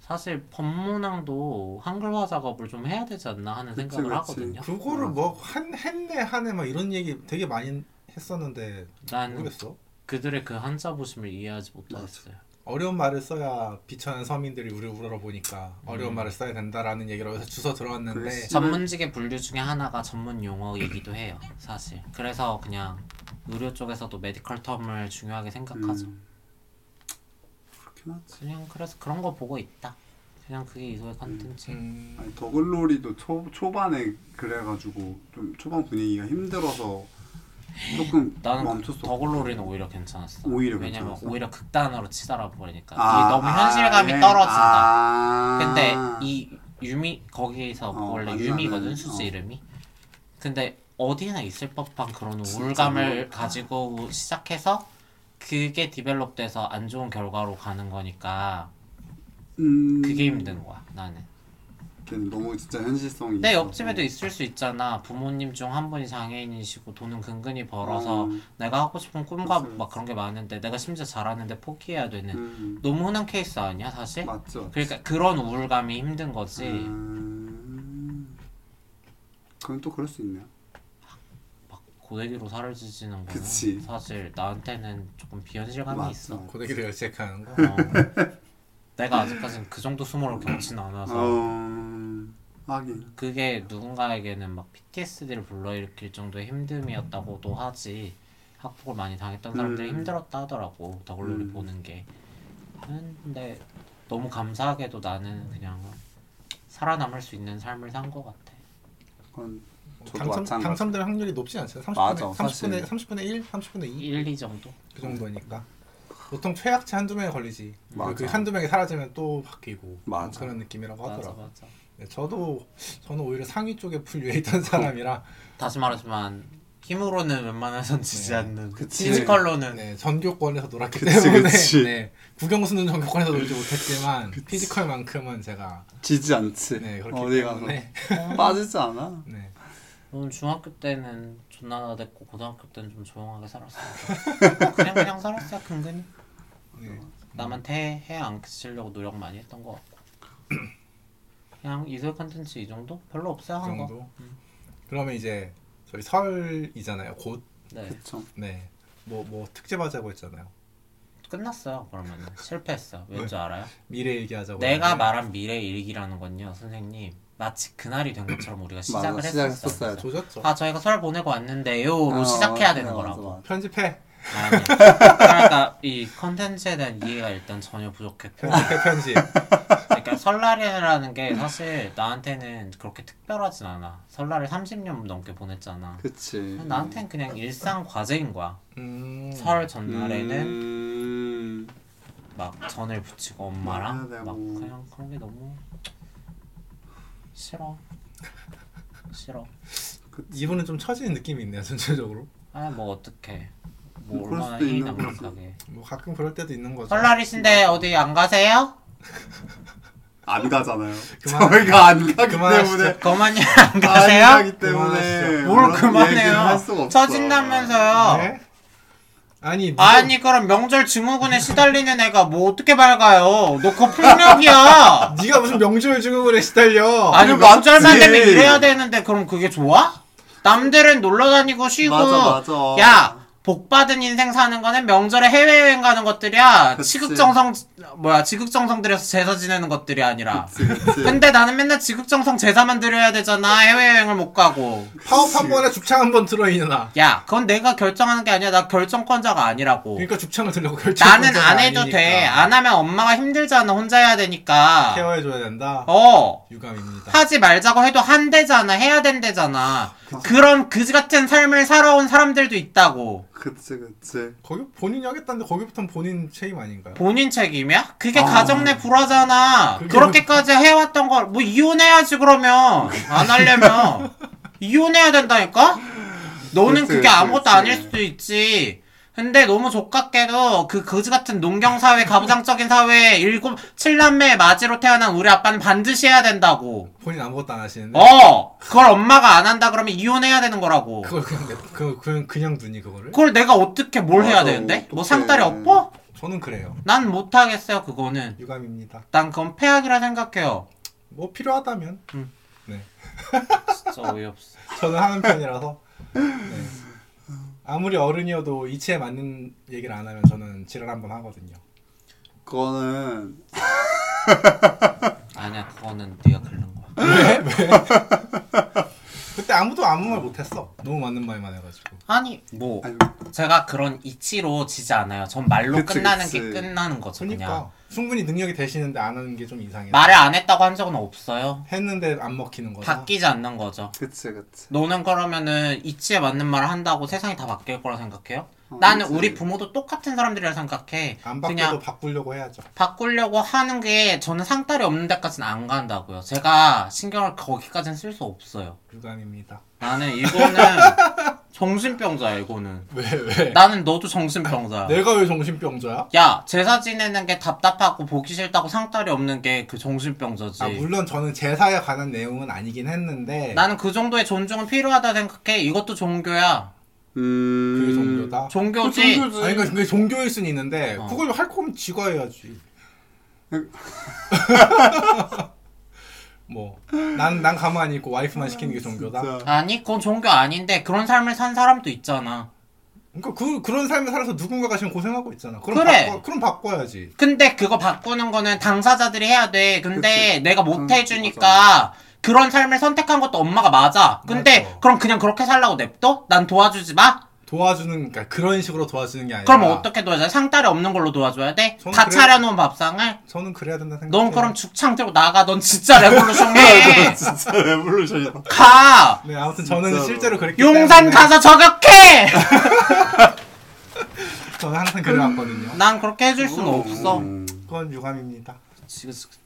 S2: 사실 법문항도 한글화 작업을 좀 해야 되지 않나 하는
S3: 그치,
S2: 생각을
S3: 그치.
S2: 하거든요.
S1: 그거를 뭐 한 했네 하네 막 이런 얘기 되게 많이 했었는데
S2: 난
S1: 모르겠어.
S2: 그들의 그 한자 부심을 이해하지 못하겠어요.
S1: 어려운 말을 써야 비천한 서민들이 우리를 우러러보니까 어려운 말을 써야 된다라는 얘기를 해서 주워 들어왔는데
S3: 그랬어.
S2: 전문직의 분류 중에 하나가 전문 용어이기도 해요, 사실. 그래서 그냥 의료 쪽에서도 메디컬 텀을 중요하게 생각하죠.
S3: 음. 그렇긴 하지.
S2: 그냥 그래서 그런 거 보고 있다. 그냥 그게 이소의 컨텐츠.
S1: 음,
S3: 아니 더글로리도 초 초반에 그래가지고 좀 초반 분위기가 힘들어서 조금
S2: 나는 그
S3: 멈췄어.
S2: 더글로리는 오히려 괜찮았어.
S3: 오히려
S2: 왜냐면
S3: 괜찮았어?
S2: 오히려 극단으로 치달아 버리니까
S3: 아,
S2: 이게 너무
S3: 아,
S2: 현실감이
S3: 예.
S2: 떨어진다.
S3: 아.
S2: 근데 이 유미 거기서
S3: 어,
S2: 원래
S3: 맞아,
S2: 유미거든
S3: 맞아.
S2: 수지
S3: 어.
S2: 이름이. 근데 어디나 있을 법한 그런
S3: 진짜
S2: 우울감을
S3: 그렇다.
S2: 가지고 시작해서 그게 디벨롭돼서 안 좋은 결과로 가는 거니까
S3: 음,
S2: 그게 힘든 거야 나는.
S3: 걔는 너무 진짜 현실성이.
S2: 내
S3: 있어서.
S2: 옆집에도 있을 수 있잖아. 부모님 중 한 분이 장애인이시고 돈은 근근히 벌어서
S3: 음,
S2: 내가 하고 싶은 꿈과
S3: 그치,
S2: 막 그런 게 많은데 내가 심지어 잘하는데 포기해야 되는
S3: 음,
S2: 너무 흔한 케이스 아니야 사실?
S3: 맞죠.
S2: 네. 그러니까 그런 우울감이 힘든 거지
S3: 음, 그건 또 그럴 수 있네요.
S2: 막 고데기로 살을 찌지는 거는
S3: 그치.
S2: 사실 나한테는 조금 비현실감이
S3: 맞아.
S2: 있어 어.
S1: 고데기를 열색하는 거.
S2: 내가 아직까지는 그 정도 수모를 겪진 않아서
S3: 어, 하긴.
S2: 그게 누군가에게는 막 PTSD를 불러일으킬 정도의
S1: 음.
S2: 힘듦이었다고도 하지 학폭을 많이 당했던 사람들이
S3: 음.
S2: 힘들었다 하더라고 더글로리
S3: 음.
S2: 보는 게 근데 너무 감사하게도 나는 그냥 살아남을 수 있는 삶을 산 것 같아
S3: 그건 저도
S1: 뭐 당첨
S3: 마찬가지.
S1: 당첨될 확률이 높지 않잖아. 30분에
S3: 맞아,
S1: 30분에
S3: 사실. 음.
S1: 30분에 1, 30분에 2
S2: 1, 2 정도?
S1: 그 정도니까. 보통 최악치 한두 명에 걸리지.
S3: 맞아.
S1: 그 한두 명이 사라지면 또 바뀌고
S3: 맞아.
S1: 그런 느낌이라고
S2: 맞아
S1: 뭐 하더라고.
S2: 맞아
S1: 네, 저도 저는 오히려 상위 쪽에 풀려 있던
S3: 어.
S1: 사람이라
S2: 다시 말하지만 힘으로는 웬만해선 지지
S1: 네.
S2: 않는
S3: 그치.
S2: 피지컬로는
S1: 네, 전교권에서 놀았기
S3: 그치,
S1: 때문에
S3: 그치.
S1: 네, 구경수는 전교권에서 놀지 못했지만 피지컬만큼은 제가
S3: 지지 않지.
S1: 네 그렇기
S3: 어디 가서
S1: 때문에
S3: 빠지지 않아.
S1: 네.
S2: 저는 중학교 때는 존나 됐고 고등학교 때는 좀 조용하게 살았어요
S1: <laughs>
S2: 그냥 그냥 살았어요 근근히
S1: 네.
S2: 남한테 해야 안 끼치려고 노력 많이 했던 것 같고
S1: <clears throat>
S2: 그냥 이설 컨텐츠 이 정도? 별로 없어요
S1: 그
S2: 한거
S1: 정도. 그러면 이제 저희 설이잖아요. 곧
S2: 네.
S3: 그쵸.
S1: 네. 뭐 뭐 특집 하자고 했잖아요.
S2: 끝났어요
S1: <laughs>
S2: 그러면 실패했어 왠지 알아요?
S1: 미래 얘기하자고.
S2: 내가
S1: 했는데
S2: 말한 미래 일기라는 건요 선생님 마치 그날이 된 것처럼 우리가 시작을
S3: 맞아,
S2: 했었어요
S3: 시작했었어요.
S1: 조졌죠.
S2: 아 저희가 설 보내고 왔는데요로
S3: 어,
S2: 시작해야
S3: 맞아,
S2: 되는
S3: 맞아,
S2: 거라고
S3: 맞아.
S1: 편집해.
S2: 아니야. 그러니까 이 컨텐츠에 대한 이해가 일단 전혀 부족했고
S1: 편집해
S2: <laughs>
S1: 편집.
S2: 그러니까 설날이라는 게 사실 나한테는 그렇게 특별하진 않아 설날을 30년 넘게 보냈잖아
S3: 그치.
S2: 나한테는 그냥 일상 과제인 거야
S1: 음.
S2: 설 전날에는
S3: 음,
S2: 막 전을 붙이고
S3: 해야
S2: 엄마랑
S3: 되고.
S2: 막 그냥 그런 게 너무 싫어 싫어
S1: 그, 이분은 좀 처지는 느낌이 있네요 전체적으로.
S2: 아뭐 어떡해 뭐
S3: 뭐 그럴
S2: 얼마나
S3: 수도
S2: 이
S3: 있는
S2: 낭만하게
S1: 뭐 가끔 그럴 때도 있는 거죠.
S2: 설날이신데 어디 안 가세요?
S3: 안 가잖아요.
S1: 그만-
S3: 저희가 안 가기
S1: 그만하시죠.
S3: 때문에
S2: 그만요 안
S3: 안
S2: 가세요?
S3: 가기 때문에
S1: 그만하시죠.
S2: 뭘
S3: 아, 그런 얘기를 할
S2: 그만해요.
S3: 수가 없어.
S2: 처진다면서요.
S1: 네? 아니 무슨-
S2: 아니 그럼 명절 증후군에 시달리는 애가 뭐 어떻게 밝아요? 너 그거 폭력이야.
S1: 네가 무슨 명절 증후군에 시달려.
S3: 어, 아니,
S2: 아니
S3: 뭐
S2: 명절만
S3: 맞지.
S2: 되면 이래야 되는데 그럼 그게 좋아? 남들은 놀러 다니고 쉬고
S3: 맞아, 맞아.
S2: 야. 복 받은 인생 사는 거는 명절에 해외여행 가는 것들이야.
S3: 그치.
S2: 지극정성 뭐야 지극정성 들여서 제사 지내는 것들이 아니라.
S3: 그치, 그치.
S2: 근데 나는 맨날 지극정성 제사만 드려야 되잖아. 해외여행을 못 가고.
S1: 파업 한 번에 죽창 한 번 들어 이누나.
S2: 야, 그건 내가 결정하는 게 아니야. 나 결정권자가 아니라고.
S1: 그러니까 죽창을 들려고 결정.
S2: 나는 안 해도 돼. 안 하면 엄마가 힘들잖아. 혼자 해야 되니까.
S1: 케어해줘야 된다.
S2: 어.
S1: 유감입니다.
S2: 하지 말자고 해도 한대잖아. 해야 된대잖아. 그런 그지 같은 삶을 살아온 사람들도 있다고.
S3: 그치, 그치.
S1: 거기 본인이 하겠다는데 거기부터는 본인 책임 아닌가요?
S2: 본인 책임이야? 그게
S3: 아.
S2: 가정 내 불화잖아.
S1: 그게-
S2: 그렇게까지 해왔던 걸, 뭐, 이혼해야지, 그러면. 안 하려면. 이혼해야 된다니까? 너는
S3: 그치,
S2: 그게
S3: 그치,
S2: 아무것도
S3: 그치.
S2: 아닐 수도 있지. 근데 너무 족같게도 그 거지 같은 농경 사회, 가부장적인 사회에 일곱, 칠남매의 마지로 태어난 우리 아빠는 반드시 해야 된다고.
S1: 본인 아무것도 안
S3: 네.
S1: 하시는데.
S2: 어! 그걸 엄마가 안 한다 그러면 이혼해야 되는 거라고.
S1: 그걸 그냥 내- 그 그냥 그냥 두니 그거를?
S2: 그걸 내가 어떻게 뭘 해야
S3: 맞아,
S2: 되는데?
S3: 어떡해.
S2: 뭐
S3: 음.
S2: 상다리 엎어?
S1: 저는 그래요.
S2: 난 못하겠어요 그거는.
S1: 유감입니다.
S2: 난 그건 폐악이라 생각해요.
S1: 뭐 필요하다면
S2: 음.
S1: 네.
S2: 진짜 어이없어.
S1: 저는 하는 편이라서 네. 아무리 어른이어도 이치에 맞는 얘기를 안 하면 저는 지랄 한번 하거든요.
S3: 그거는
S2: 아니야 그거는 네가 긁는 거야.
S1: 왜? 왜? 그때 아무도 아무 말 못했어. 너무 맞는 말만 해가지고.
S2: 아니 뭐
S3: 아니,
S2: 제가 그런 이치로 지지 않아요. 전 말로
S3: 그치,
S2: 끝나는
S3: 그치.
S2: 게 끝나는 거죠 그냥.
S1: 그러니까 충분히 능력이 되시는데 안 하는 게 좀 이상해.
S2: 말을 안 했다고 한 적은 없어요.
S1: 했는데 안 먹히는 거다.
S2: 바뀌지 않는 거죠.
S3: 그치 그치.
S2: 너는 그러면은 이치에 맞는 말을 한다고 세상이 다 바뀔 거라 생각해요?
S3: 어,
S2: 나는
S3: 그치.
S2: 우리 부모도 똑같은 사람들이라 생각해.
S1: 안 바뀌어도
S2: 그냥
S1: 바꾸려고 해야죠.
S2: 바꾸려고 하는 게 저는 상달이 없는 데까지는 안 간다고요. 제가 신경을 거기까지는 쓸 수 없어요.
S1: 유감입니다.
S2: 나는
S1: <laughs>
S2: 이거는 정신병자야 이거는.
S1: 왜 왜?
S2: 나는 너도 정신병자야.
S1: <laughs> 내가 왜 정신병자야?
S2: 야 제사 지내는 게 답답하고 보기 싫다고 상달이 없는 게 그 정신병자지.
S1: 아 물론 저는 제사에 관한 내용은 아니긴 했는데
S2: 나는 그 정도의 존중은 필요하다 생각해. 이것도 종교야.
S3: 음.
S1: 그 정도다.
S2: 종교지.
S3: 그
S1: 아니 그러니까 그게 종교일 순 있는데
S2: 어.
S1: 그걸 할 거면
S2: <laughs>
S1: 지가 해야지. 뭐난난 가만히 있고 와이프만 시키는 게 종교다.
S3: 아, 진짜.
S2: 아니 그건 종교 아닌데 그런 삶을 산 사람도 있잖아.
S1: 그러니까 그 그런 삶을 살아서 누군가가 지금 고생하고 있잖아. 그럼
S2: 그래.
S1: 바꿔, 그럼 바꿔야지.
S2: 근데 그거 바꾸는 거는 당사자들이 해야 돼. 근데
S3: 그치.
S2: 내가 못
S3: 응,
S2: 해주니까 그런 삶을 선택한 것도 엄마가 맞아. 근데
S1: 맞아.
S2: 그럼 그냥 그렇게 살라고 냅둬? 난 도와주지 마?
S1: 도와주는 그러니까 그런 식으로 도와주는 게 아니라.
S2: 그럼 어떻게 도와줘? 상다리 없는 걸로 도와줘야 돼?
S1: 저는
S2: 다
S1: 그래-
S2: 차려놓은 밥상을?
S1: 저는 그래야 된다 생각해.
S2: 넌 그럼 죽창 들고 나가. 넌 진짜
S1: <laughs>
S3: <laughs>
S2: 레볼루션해.
S3: 진짜 레볼루션이다.
S2: 가!
S1: 네 아무튼 저는
S3: 진짜로.
S1: 실제로 그랬기
S2: 용산
S1: 때문에
S2: 가서 저격해! <laughs>
S1: 저는 항상
S2: 음.
S1: 그래왔거든요.
S2: 난 그렇게 해줄 수는 없어.
S3: 음.
S1: 그건 유감입니다.
S2: 지긋지긋해.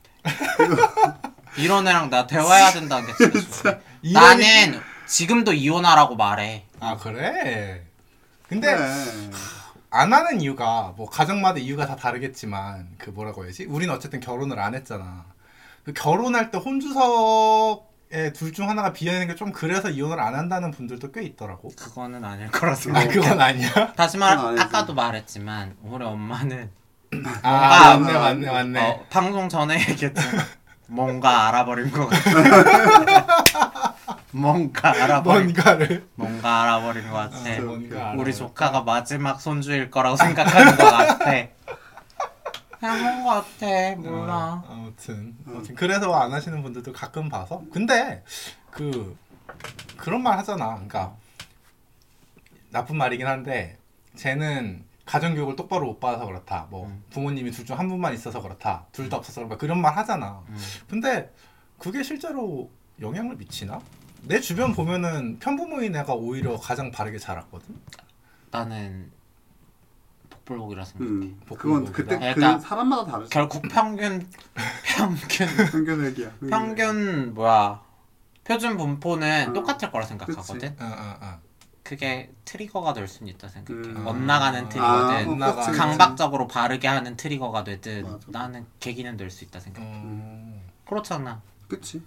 S2: 이런 애랑 나 대화해야 된다는 게
S1: <laughs>
S2: 지긋지긋해.
S1: 이런
S2: 나는 지금도 이혼하라고 말해.
S1: 아 그래.
S2: 네.
S1: 근데
S3: 그래.
S1: 안 하는 이유가 뭐 가정마다 이유가 다 다르겠지만 그 뭐라고 해야지? 우린 어쨌든 결혼을 안 했잖아. 그 결혼할 때 혼주석에 둘 중 하나가 비어있는 게 좀 그래서 이혼을 안 한다는 분들도 꽤 있더라고.
S2: 그거는 아닐 거라
S1: 아
S2: 생각해.
S1: 그건 아니야.
S2: 다시 말
S3: 네. 그건 아니지.
S2: 아까도 말했지만 우리 엄마는
S1: 아,
S2: 아,
S1: 맞네
S3: 아,
S1: 맞네 맞네.
S2: 어, 방송 전에 얘기했지만 뭔가 알아버린 것 같아.
S3: <laughs>
S2: 뭔가 알아버린
S1: 뭔가를
S2: 뭔가 알아버린 것 같아.
S1: 뭔가
S2: 어, 네. 우리
S1: 알아요.
S2: 조카가 마지막 손주일 거라고 생각하는 것 같아. 그런 것 같아. 몰라.
S1: 아, 아무튼 아무튼 그래서 안 하시는 분들도 가끔 봐서 근데 그 그런 말 하잖아. 그러니까 나쁜 말이긴 한데 쟤는 가정 교육을 똑바로 못 받아서 그렇다. 뭐
S2: 음.
S1: 부모님이 둘 중 한 분만 있어서 그렇다. 둘 다 없어서 그런가 그런 말 하잖아.
S2: 음.
S1: 근데 그게 실제로 영향을 미치나? 내 주변 보면은 편부모인 애가 오히려 가장 바르게 자랐거든.
S2: 나는 복불복이라 생각해.
S3: 음.
S1: 복근
S3: 그건
S1: 복근이다.
S3: 그때 그
S2: 그러니까-
S3: 사람마다 다르지.
S2: 결국 평균 평균
S3: 평균 얘기야. 평균 얘기야.
S2: 평균 뭐야 표준 분포는
S3: 어.
S2: 똑같을 거라 생각하거든.
S1: 어, 어, 어.
S2: 그게 트리거가 될 수는 있다 생각해.
S3: 음.
S2: 엇나가는
S3: 아,
S2: 트리거든.
S1: 어,
S3: 나가
S1: 그치,
S2: 강박적으로 바르게 하는 트리거가 되든
S3: 맞아.
S2: 나는 계기는 될 수 있다 생각해.
S1: 음.
S2: 그렇잖아.
S3: 그치.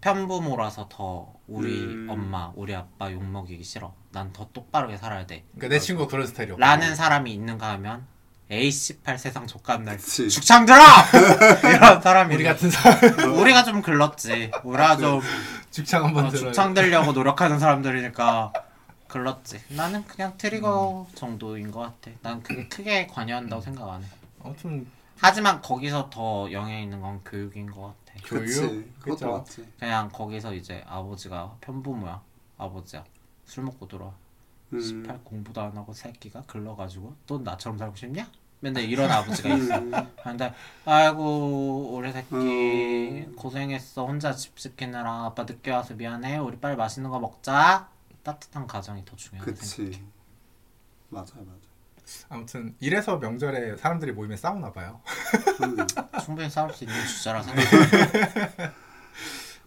S2: 편부모라서 더 우리
S3: 음.
S2: 엄마, 우리 아빠 욕 먹이기 싫어. 난 더 똑바르게 살아야 돼.
S1: 그러니까 내 친구가 그런 스타일이었고.
S2: 라는 사람이 있는가 하면 A18 세상 족감 날
S3: 그치. <laughs>
S2: 죽창들아! 이런 사람이
S1: 우리
S2: 우리가
S1: 같은 사람 <laughs>
S2: 우리가 좀 글렀지. 우리가 좀
S1: 죽창 한번
S3: 아,
S2: 어,
S1: 들어.
S2: 죽창 되려고 노력하는 사람들이니까 글렀지. 나는 그냥 트리거
S1: 음.
S2: 정도인 것 같아. 난 그게 크게 관여한다고 생각 안 해.
S1: 아무튼
S2: 하지만 거기서 더 영향 있는 건 교육인 것 같아.
S1: 교육
S3: 그치. 그것도
S1: 그죠?
S3: 맞지.
S2: 그냥 거기서 이제 아버지가 편부모야. 아버지야. 술 먹고 들어와.
S1: 음.
S3: 음.
S2: 18 공부도 안 하고 새끼가 글러가지고 또 나처럼 살고 싶냐? 맨날 이런 아버지가 있어.
S3: 음.
S1: 네.
S2: 근데 아이고 우리 새끼
S3: 음.
S2: 고생했어 혼자 집 지키느라 아빠 늦게 와서 미안해 우리 빨리 맛있는 거 먹자 따뜻한 가정이 더 중요하다
S3: 그치. 맞아 맞아.
S1: 아무튼 이래서 명절에 사람들이 모이면 싸우나 봐요.
S3: 음.
S2: 생각 충분히 싸울 수 있는
S3: <laughs>
S2: 주제라 생각해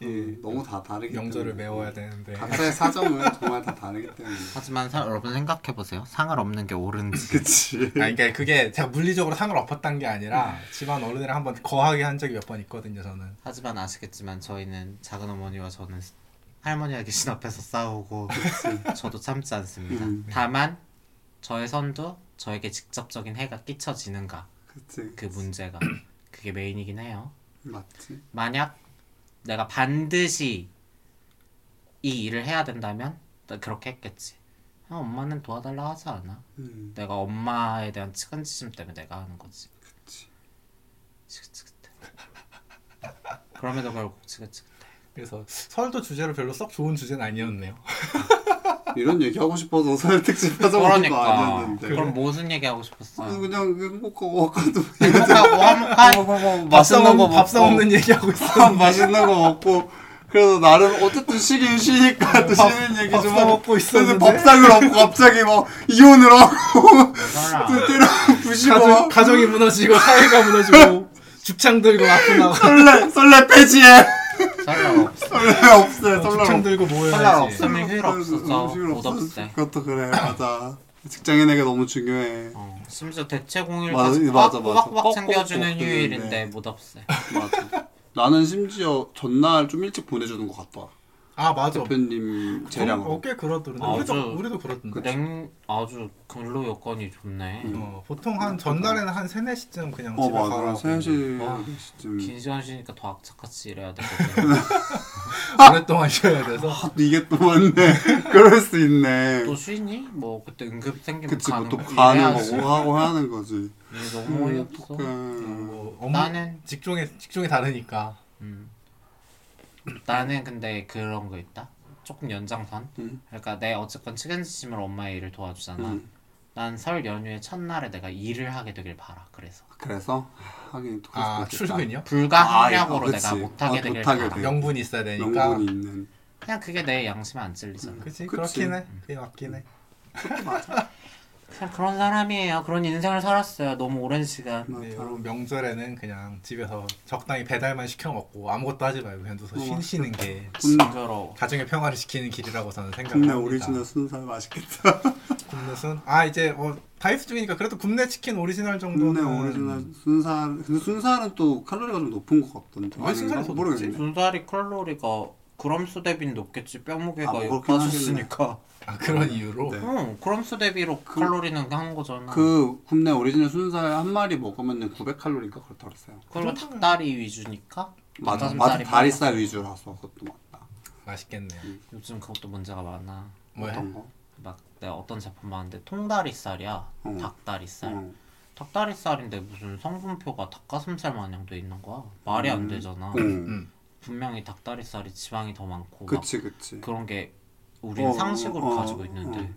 S1: 예.
S3: 음, 너무 다 다르기
S1: 명절을
S3: 때문에.
S1: 메워야 되는데. 아,
S3: 각자의 사정은 정말 다 다르기 때문에.
S2: 하지만 사, 여러분 생각해보세요 상을 없는 게 옳은지
S3: <laughs> 그치.
S1: 아, 그러니까 그게 제가 물리적으로 상을 엎었다는 게 아니라
S3: 음.
S1: 집안 어른이랑 한번 거하게 한 적이 몇 번 있거든요. 저는
S2: 하지만 아시겠지만 저희는 작은 어머니와 저는 할머니와 계신 앞에서 싸우고 저도 참지 않습니다
S3: 음.
S2: 다만 저의 선도 저에게 직접적인 해가 끼쳐지는가
S3: 그치
S2: 그 문제가 그게 메인이긴 해요.
S3: 맞지
S2: 만약 내가 반드시 이 일을 해야 된다면 나 그렇게 했겠지. 아, 엄마는 도와달라 하지 않아.
S3: 음.
S2: 내가 엄마에 대한 측은지심 때문에 내가 하는 거지.
S3: 그치
S2: 지긋지긋해. <laughs> 그럼에도 결국 지긋지긋해.
S1: 그래서 설도 주제로 별로 썩 좋은 주제는 아니었네요.
S3: 이런 얘기하고 싶어서 서울 특집 하자고 거
S2: 그러니까
S3: 아니었는데
S2: 그럼 무슨 얘기 하고 싶었어?
S3: 그래서 그냥 행복하고 아까도
S2: 행복하고 화목한 맛있는 거 먹고
S1: 밥사 먹는 얘기하고
S3: <laughs>
S1: 있어.
S3: 맛있는 거 먹고 그래서 나름 어쨌든 쉬긴
S2: 네,
S3: 쉬니까 또
S1: 밥-
S3: 쉬는 얘기
S1: 밥사
S3: 좀 하고
S1: 먹고 있었는데.
S3: 그래서 밥상을 얻고 갑자기 막 이혼을 하고 <laughs>
S2: 그러나
S3: 또 때려 부시고
S1: 가정,
S3: 막
S1: 가정이 무너지고 사회가
S3: <laughs>
S1: 무너지고 죽창 들고 앞으로 나가.
S3: 설레 설레 폐지해
S2: 설날 없어.
S3: 설레 없애 <laughs> 설레
S1: 죽창
S3: 없
S1: 들고
S2: 설날
S1: 모여야지.
S2: 없어. 없으면 휴일 없었어. 못 없애.
S3: 그것도 그래 맞아 직장인에게 너무 중요해
S2: 어, 심지어 대체 공휴일까지
S3: 맞아, 맞아, 맞아.
S2: 꽉꽉꽉
S3: 꽉꽉
S2: 챙겨주는
S3: 꼭
S2: 휴일인데
S3: 네.
S2: 못 없애.
S3: 맞아 나는 심지어 전날 좀 일찍 보내주는 것 같다
S1: 아 맞아.
S3: 대표님 재량으로
S1: 어, 꽤 그렇더라.
S2: 아주-
S1: 우리도 우리도 그렇던데.
S2: 냉 아주 근로 여건이 좋네.
S3: 음.
S1: 어, 보통 한 전날에는 한 3, 4시쯤 그냥
S3: 어
S1: 집에
S3: 맞아
S1: 가라고. 어.
S3: 한 3시
S2: 아,
S3: 4시쯤
S2: 긴 시간 쉬니까 더 악착같이 일해야
S3: <laughs>
S2: 되거든.
S1: 오랫동안 쉬어야 돼서.
S3: 아, 이게 또 맞네 <laughs> 그럴 수 있네
S2: 또 쉬니? 뭐 그때 응급 생기면
S3: 그치
S2: 가는
S3: 뭐또
S2: 거
S3: 가는
S2: 일해야지.
S3: 거고 하고 하는 거지
S1: 음,
S3: 음,
S2: 이게 너무 어이없어.
S3: 그...
S1: 뭐 업무
S2: 나는
S1: 직종에 직종이 다르니까.
S2: 음. 나는 근데 그런 거 있다. 조금 연장선.
S3: 음.
S2: 그러니까 내 어쨌건 측은지심으로 엄마의 일을 도와주잖아.
S3: 음.
S2: 난 설 연휴의 첫날에 내가 일을 하게 되길 바라. 그래서
S3: 그래서 하긴 또 그럴
S1: 아
S3: 수도 있겠다.
S1: 출근요?
S2: 불가항력으로
S3: 아,
S2: 내가
S3: 그치.
S2: 못하게
S3: 아,
S2: 되길
S3: 못하게
S2: 바라.
S3: 돼.
S1: 명분이 있어야 되니까.
S3: 명분이 있는
S2: 그냥 그게 내 양심에 안 찔리잖아.
S1: 그치,
S3: 그치.
S1: 그렇긴 해. 그게 맞긴 해.
S2: 그냥 그런 사람이에요. 그런 인생을 살았어요. 너무 오랜 시간.
S3: 음, 맞아.
S1: 네, 여러분 명절에는 그냥 집에서 적당히 배달만 시켜 먹고 아무것도 하지 말고 그냥 누워서
S3: 어,
S1: 쉬-
S3: 맞아.
S1: 쉬는 게
S3: 음.
S2: 징그러워.
S1: 가정의 평화를 지키는 길이라고 저는 생각합니다.
S3: 국내 오리지널 순살 맛있겠다.
S1: 굽넷은 아 이제 어, 다이어트 중이니까 그래도 굽네 치킨 오리지널 정도는
S3: 국내 오리지널 순살. 근데 순살은 또 칼로리가 좀 높은 것 같던데.
S1: 왜 순살이
S3: 아닌가?
S1: 더
S3: 모르겠네.
S2: 순살이 칼로리가 그램수 대비는 높겠지. 뼈무게가
S3: 아,
S2: 이거
S3: 그렇긴
S2: 빠졌으니까.
S1: 아 그런 이유로
S3: 네.
S2: 응, 그램수 대비로 칼로리는 한 거잖아.
S3: 그 국내 오리지널 순살 한 마리 먹으면 900칼로리인가 그렇다 그랬어요. 음,
S2: 그리고 닭다리 위주니까
S3: 맞아.
S2: 닭가슴살이
S3: 맞아.
S2: 빠져.
S3: 다리살 위주라서 그것도 맞다.
S1: 맛있겠네요.
S2: 요즘 그것도 문제가 많아.
S1: 뭐야?
S3: 음. 어떤 거?
S2: 막 내가 어떤 제품 봤는데 통다리살이야.
S3: 어.
S2: 닭다리살.
S3: 어.
S2: 닭다리살인데 무슨 성분표가 닭가슴살 마냥 돼 있는 거야. 말이 안
S3: 음.
S2: 되잖아.
S3: 응.
S1: 음.
S2: 분명히 닭다리살이 지방이 더 많고 막
S3: 그치 그치.
S2: 그런 게 우린
S3: 어,
S2: 상식으로
S3: 어,
S2: 가지고
S3: 어,
S2: 있는데
S3: 어.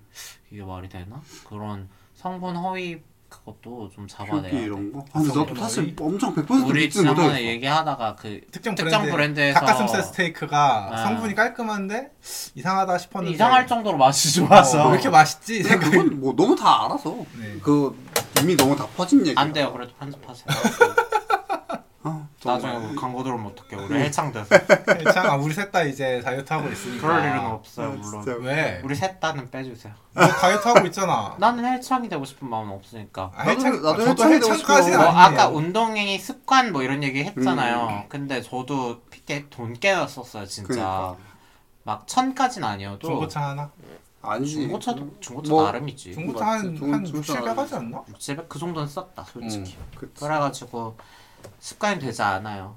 S2: 이게 말이 되나? 그런 성분 허위 그것도 좀 잡아내야
S3: 큐기
S2: 돼.
S3: 이런 거? 아, 근데 나도 사실 엄청 100%
S2: 우리
S3: 믿지 못하겠어.
S2: 지난번에 얘기하다가 그
S1: 특정,
S2: 특정,
S1: 브랜드,
S2: 브랜드에서
S1: 닭가슴살 스테이크가
S2: 아.
S1: 성분이 깔끔한데 이상하다 싶었는데
S2: 이상할 정도로 맛이 좋아서
S1: 어, 왜 이렇게 맛있지? <laughs>
S3: 근데
S1: 생각이
S3: 그건 뭐 너무 다 알아서.
S1: 네.
S3: 그 이미 너무 다 퍼진 얘기.
S2: 안 돼요. 그래도
S3: 아,
S2: 편집하세요.
S3: <laughs> 정말. 네.
S2: 나중에 광고 들으면 어떡해. 우리 해창돼서.
S1: 참 아, 우리 셋 다 이제 다이어트 하고 있으니까
S2: 그럴 일은 없어요.
S3: 아,
S2: 물론.
S3: 진짜.
S1: 왜?
S2: 우리 셋 다는 빼주세요.
S1: 너 다이어트 하고 있잖아.
S2: 나는 해창이 되고 싶은 마음은 없으니까.
S1: 아,
S3: 나도-
S1: 해창-
S3: 나도
S1: 저도
S3: 해창이
S1: 해창까지는
S3: 되고
S2: 뭐
S3: 싶어.
S1: 아니에요.
S2: 아까 운동이 습관 뭐 이런 얘기 했잖아요. 근데 저도 피켓 돈 깨졌었어요 진짜.
S3: 음, 그러니까.
S2: 막 천까지는 아니어도
S1: 중고차 하나?
S3: 아니지.
S2: 중고차도 중고차
S3: 뭐,
S2: 나름이지.
S3: 중-
S1: 중고차
S3: 맞지,
S1: 한,
S3: 중-
S1: 한
S3: 중고차
S1: 600, 하지 않나?
S2: 600, 그 정도는 썼다 솔직히.
S3: 그치.
S2: 그래가지고 습관이 되지 않아요.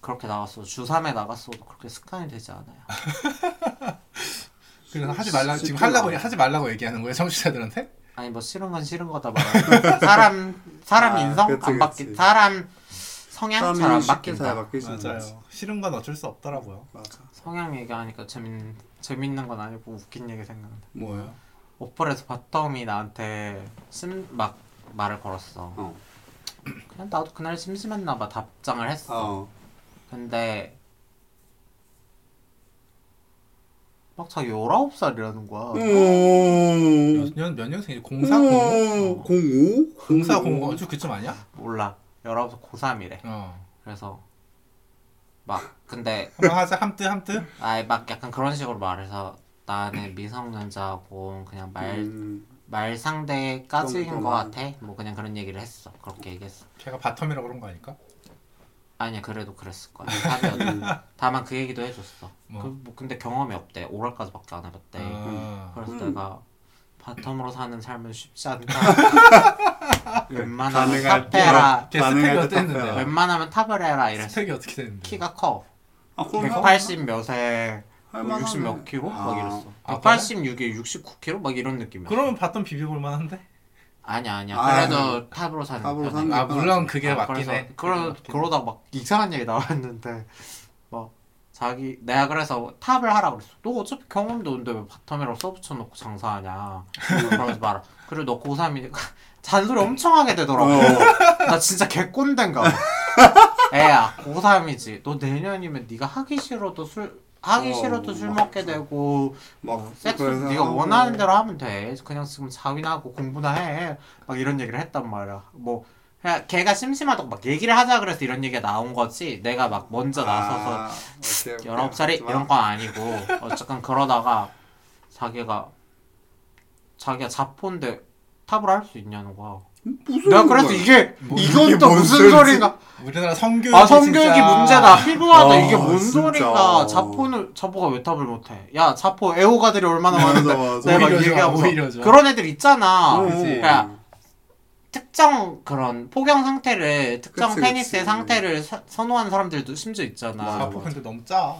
S2: 그렇게 나갔어도 주삼에 나갔어도 그렇게 습관이 되지 않아요.
S1: 그래서 하지 말라 지금
S3: 쉽게
S1: 하려고
S3: 나와.
S1: 하지 말라고 얘기하는 거예요 청취자들한테?
S2: 아니 뭐 싫은 건 싫은
S3: <laughs>
S2: 거다 말하는 사람 사람
S3: 아,
S2: 인성
S3: 그치,
S2: 안 바뀌
S3: 그치.
S2: 사람 성향 잘
S3: 사람이
S2: 안
S3: 쉽게 잘
S2: 바뀐다.
S3: 바뀌지
S1: 맞아요. 싫은 건 어쩔 수 없더라고요.
S3: 맞아.
S2: 성향 얘기하니까 재밌 재밌는 건 아니고 웃긴 얘기 생각나.
S3: 뭐야?
S2: 오퍼에서 봤더니 나한테 심 막 말을 걸었어.
S3: 어.
S2: 그냥 나도 그날 심심했나 봐 답장을 했어.
S3: 어.
S2: 근데 막 자기 19살이라는 거야.
S3: 음. 오.
S1: 몇 년 몇 년생이지? 공사 공사
S3: 공오. 공오?
S1: 공사 공사 주 그쯤 아니야?
S2: 몰라. 19살 고3이래.
S1: 어.
S2: 그래서 막 근데
S1: 한번 하자 함뜨 함뜨.
S2: 아예 막 약간 그런 식으로 말해서 나는 미성년자고 그냥 말
S3: 음.
S2: 말상대까지인
S3: 그런
S2: 거
S3: 거
S2: 같아. 뭐 그냥 그런 얘기를 했어. 그렇게 얘기했어.
S1: 걔가 바텀이라 그런 거 아닐까?
S2: 아니야 그래도 그랬을
S3: 음.
S2: 거야 답이었 다만 그 얘기도 해줬어
S1: 뭐?
S2: 그, 뭐 근데 경험이 없대 오랄까지밖에 안 해봤대
S1: 아.
S2: 그래서
S3: 음.
S2: 내가 바텀으로 사는 삶은 쉽지
S3: <laughs>
S2: 않다. 그 웬만하면
S3: 가능할 때
S2: 탑해라.
S1: 걔 스펙이
S3: 가능할 때
S1: 어땠는데요?
S3: 탑해라.
S2: 웬만하면 탑을 해라 이랬어.
S1: 스펙이 어떻게 되는데?
S2: 키가 커.
S3: 아, 그럼
S2: 180 몇에
S3: 할 만하네.
S2: 60 몇 킬로
S3: 아.
S2: 막 이랬어.
S1: 아,
S2: 186에 69 킬로 막 이런 느낌이야.
S1: 그러면 봤던 비벼볼 만한데?
S2: 아니야 아니야.
S3: 아,
S2: 그래도 탑으로 사는
S3: 탑으로
S2: 편이야.
S3: 사는
S1: 아 물론
S3: 아,
S1: 그게 맞긴 해.
S2: 그러, 그러다 막 이상한 얘기 나왔는데 <laughs> 막 자기 내가 그래서 탑을 하라 그랬어. 너 어차피 경험도 없는데 왜 바텀이라고 써붙여 놓고 장사하냐. 뭐 그러지 마라. 그리고 너 고3이니까 <laughs> 잔소리 엄청 하게 되더라고. 나 진짜 개꼰댄가 봐. 애야 고3이지. 너 내년이면 네가 하기 싫어도 술 하기
S3: 어,
S2: 싫어도 술
S3: 막
S2: 먹게 되고
S3: 막
S2: 어, 섹스
S3: 그래서
S2: 네가
S3: 하고.
S2: 원하는 대로 하면 돼. 그냥 지금 자위나 하고 공부나 해. 막 이런 얘기를 했단 말이야. 뭐 그냥 걔가 심심하다고 막 얘기를 하자 그래서 이런 얘기가 나온 거지. 내가 막 먼저 나서서
S3: 아, 오케이, 오케이.
S2: 19살이
S3: 하지마.
S2: 이런 건 아니고 어쨌건 그러다가 자기가 자기가 자포인데 탑을 할 수 있냐는 거야.
S3: 무슨
S2: 내가 그래서
S3: 거야?
S2: 이게
S1: 뭔-
S2: 이건
S3: 이게
S2: 또
S3: 뭔
S2: 무슨
S3: 소리지?
S2: 소리가
S1: 우리나라 성교육이
S2: 아 성교육이
S1: 진짜-
S2: 문제다 필요하다
S3: 아,
S2: 이게 뭔
S3: 진짜.
S2: 소리가 자포는 자포가 왜 탑을 못해 야 자포 애호가들이 얼마나 많은데
S3: 맞아,
S2: 내가
S1: 오히려
S2: 막
S1: 좋아,
S2: 뭐 얘기하고
S1: 오히려 좋아.
S2: 그런 애들 있잖아
S3: 어,
S1: 그치.
S2: 야, 특정 그런 포경 상태를 특정
S3: 그치,
S2: 페니스의
S3: 그치.
S2: 상태를 사- 선호하는 사람들도 심지어
S3: 맞아,
S2: 있잖아
S1: 자포 뭐 근데 너무 짜.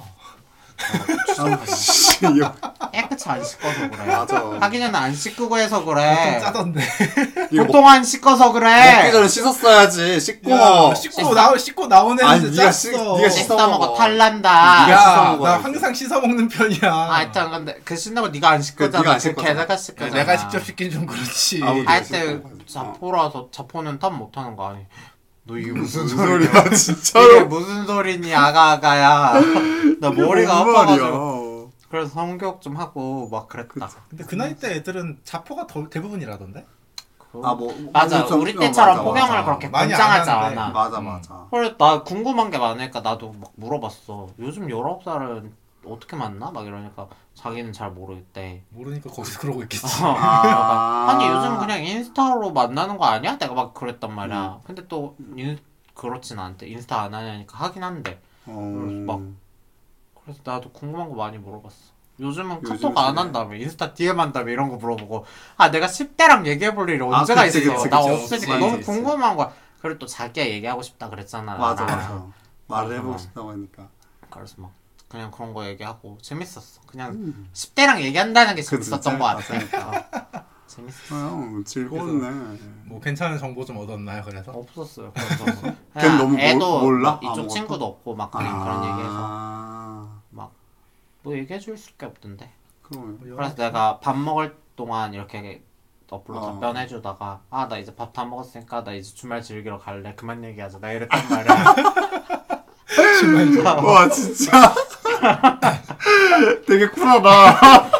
S3: 아, 씨, 야,
S2: 깨끗이 안 씻어서 그래
S3: <laughs> 맞아.
S2: 하기 전에 안 씻고 해서
S1: 좀
S2: 그래
S1: 짜던데.
S3: 이거 먹-
S2: 보통 안 씻어서
S3: 먹기
S2: 그래
S3: 전에 씻었어야지. 씻고.
S1: 야, 씻고 나 씻고 나온
S3: 아니,
S1: 애는
S3: 네가 씻-
S1: 짰어.
S3: 네가 씻어.
S2: 씻다 먹어
S3: 먹어.
S2: 탈난다
S3: 네가 씻어
S1: 야,
S3: 먹어야지.
S1: 나 항상 씻어 먹는 편이야.
S2: 아 하여튼 근데 그 씻는 거 네가 안 씻거잖아
S3: 네가 안
S2: 그
S3: 씻거잖아.
S2: 걔네가 씻거잖아
S1: 내가 직접 씻긴 좀 그렇지.
S3: 아무튼.
S2: 아,
S3: 그래서
S2: 때
S3: 또-
S2: 자포라서 자포는 탑 못하는 거 아니? 너 이게
S3: 무슨
S2: 무슨 소리야?
S3: 소리야, <laughs>
S2: 이게
S3: 진짜로.
S2: 무슨 소리니 아가아가야? 나 머리가
S3: 뭔 말이야.
S2: 아파가지고 그래서 성교육 좀 하고 막 그랬다.
S1: 근데 그 나이 때 애들은 자포가 더, 대부분이라던데?
S2: 그...
S3: 아, 뭐.
S2: 맞아
S3: 엄청-
S2: 우리 때처럼
S3: 맞아,
S2: 포경을
S3: 맞아.
S2: 그렇게 어,
S1: 많이 안
S2: 권장하지
S1: 하는데.
S2: 않아.
S3: 맞아,
S1: 음.
S3: 맞아.
S2: 그래 나 궁금한 게 많으니까 나도 막 물어봤어. 요즘 19살은 어떻게 만나? 막 이러니까 자기는 잘 모르겠대.
S1: 모르니까 거기서 그러고 있겠지.
S2: 어. 아... 아니 요즘 그냥 인스타로 만나는 거 아니야? 내가 막 그랬단 말이야. 근데 또 인... 그렇진 않대. 인스타 안 하냐니까 하긴 한데.
S3: 어.
S2: 막 그래서 나도 궁금한 거 많이 물어봤어. 요즘은
S3: 그 요즘
S2: 카톡 안
S3: 세상에.
S2: 한다며, 인스타 DM 한다며 이런 거 물어보고 아 내가 10대랑 얘기해볼 일이
S3: 아,
S2: 언제가
S3: 그치,
S2: 있어?
S3: 그치,
S2: 나
S3: 그치.
S2: 없으니까
S3: 맞아,
S2: 너무
S3: 있어.
S2: 궁금한 거야. 그리고 또 자기가 얘기하고 싶다 그랬잖아.
S3: 맞아,
S2: 나랑.
S3: 맞아. 말을 해보고 싶다고 하니까.
S2: 그래서 막 그냥 그런 거 얘기하고 재밌었어. 그냥
S3: 음.
S2: 10대랑 얘기한다는 게
S3: 그치,
S2: 재밌었던 거
S3: 재밌다,
S2: 같아. <laughs> 재밌었어.
S3: 아유, 즐거웠네.
S1: 뭐 괜찮은 정보 좀 얻었나요, 그래서?
S2: 없었어요.
S3: <laughs>
S2: 그래서
S3: 걔는 너무 몰-
S2: 애도
S3: 몰라?
S2: 막 이쪽
S3: 아무것도?
S2: 친구도 없고 막 그냥 그런 얘기해서
S3: 아,
S2: 뭐 얘기해줄 수게 없던데.
S3: 그러네.
S2: 그래서 내가 밥 먹을 동안 이렇게 어플로
S3: 어.
S2: 답변해주다가 아 나 이제 밥 다 먹었으니까 나 이제 주말 즐기러 갈래 그만 얘기하자 나 이랬단 말이야. 어.
S3: 와 진짜 <laughs> 되게
S2: 아,
S3: 쿨하다.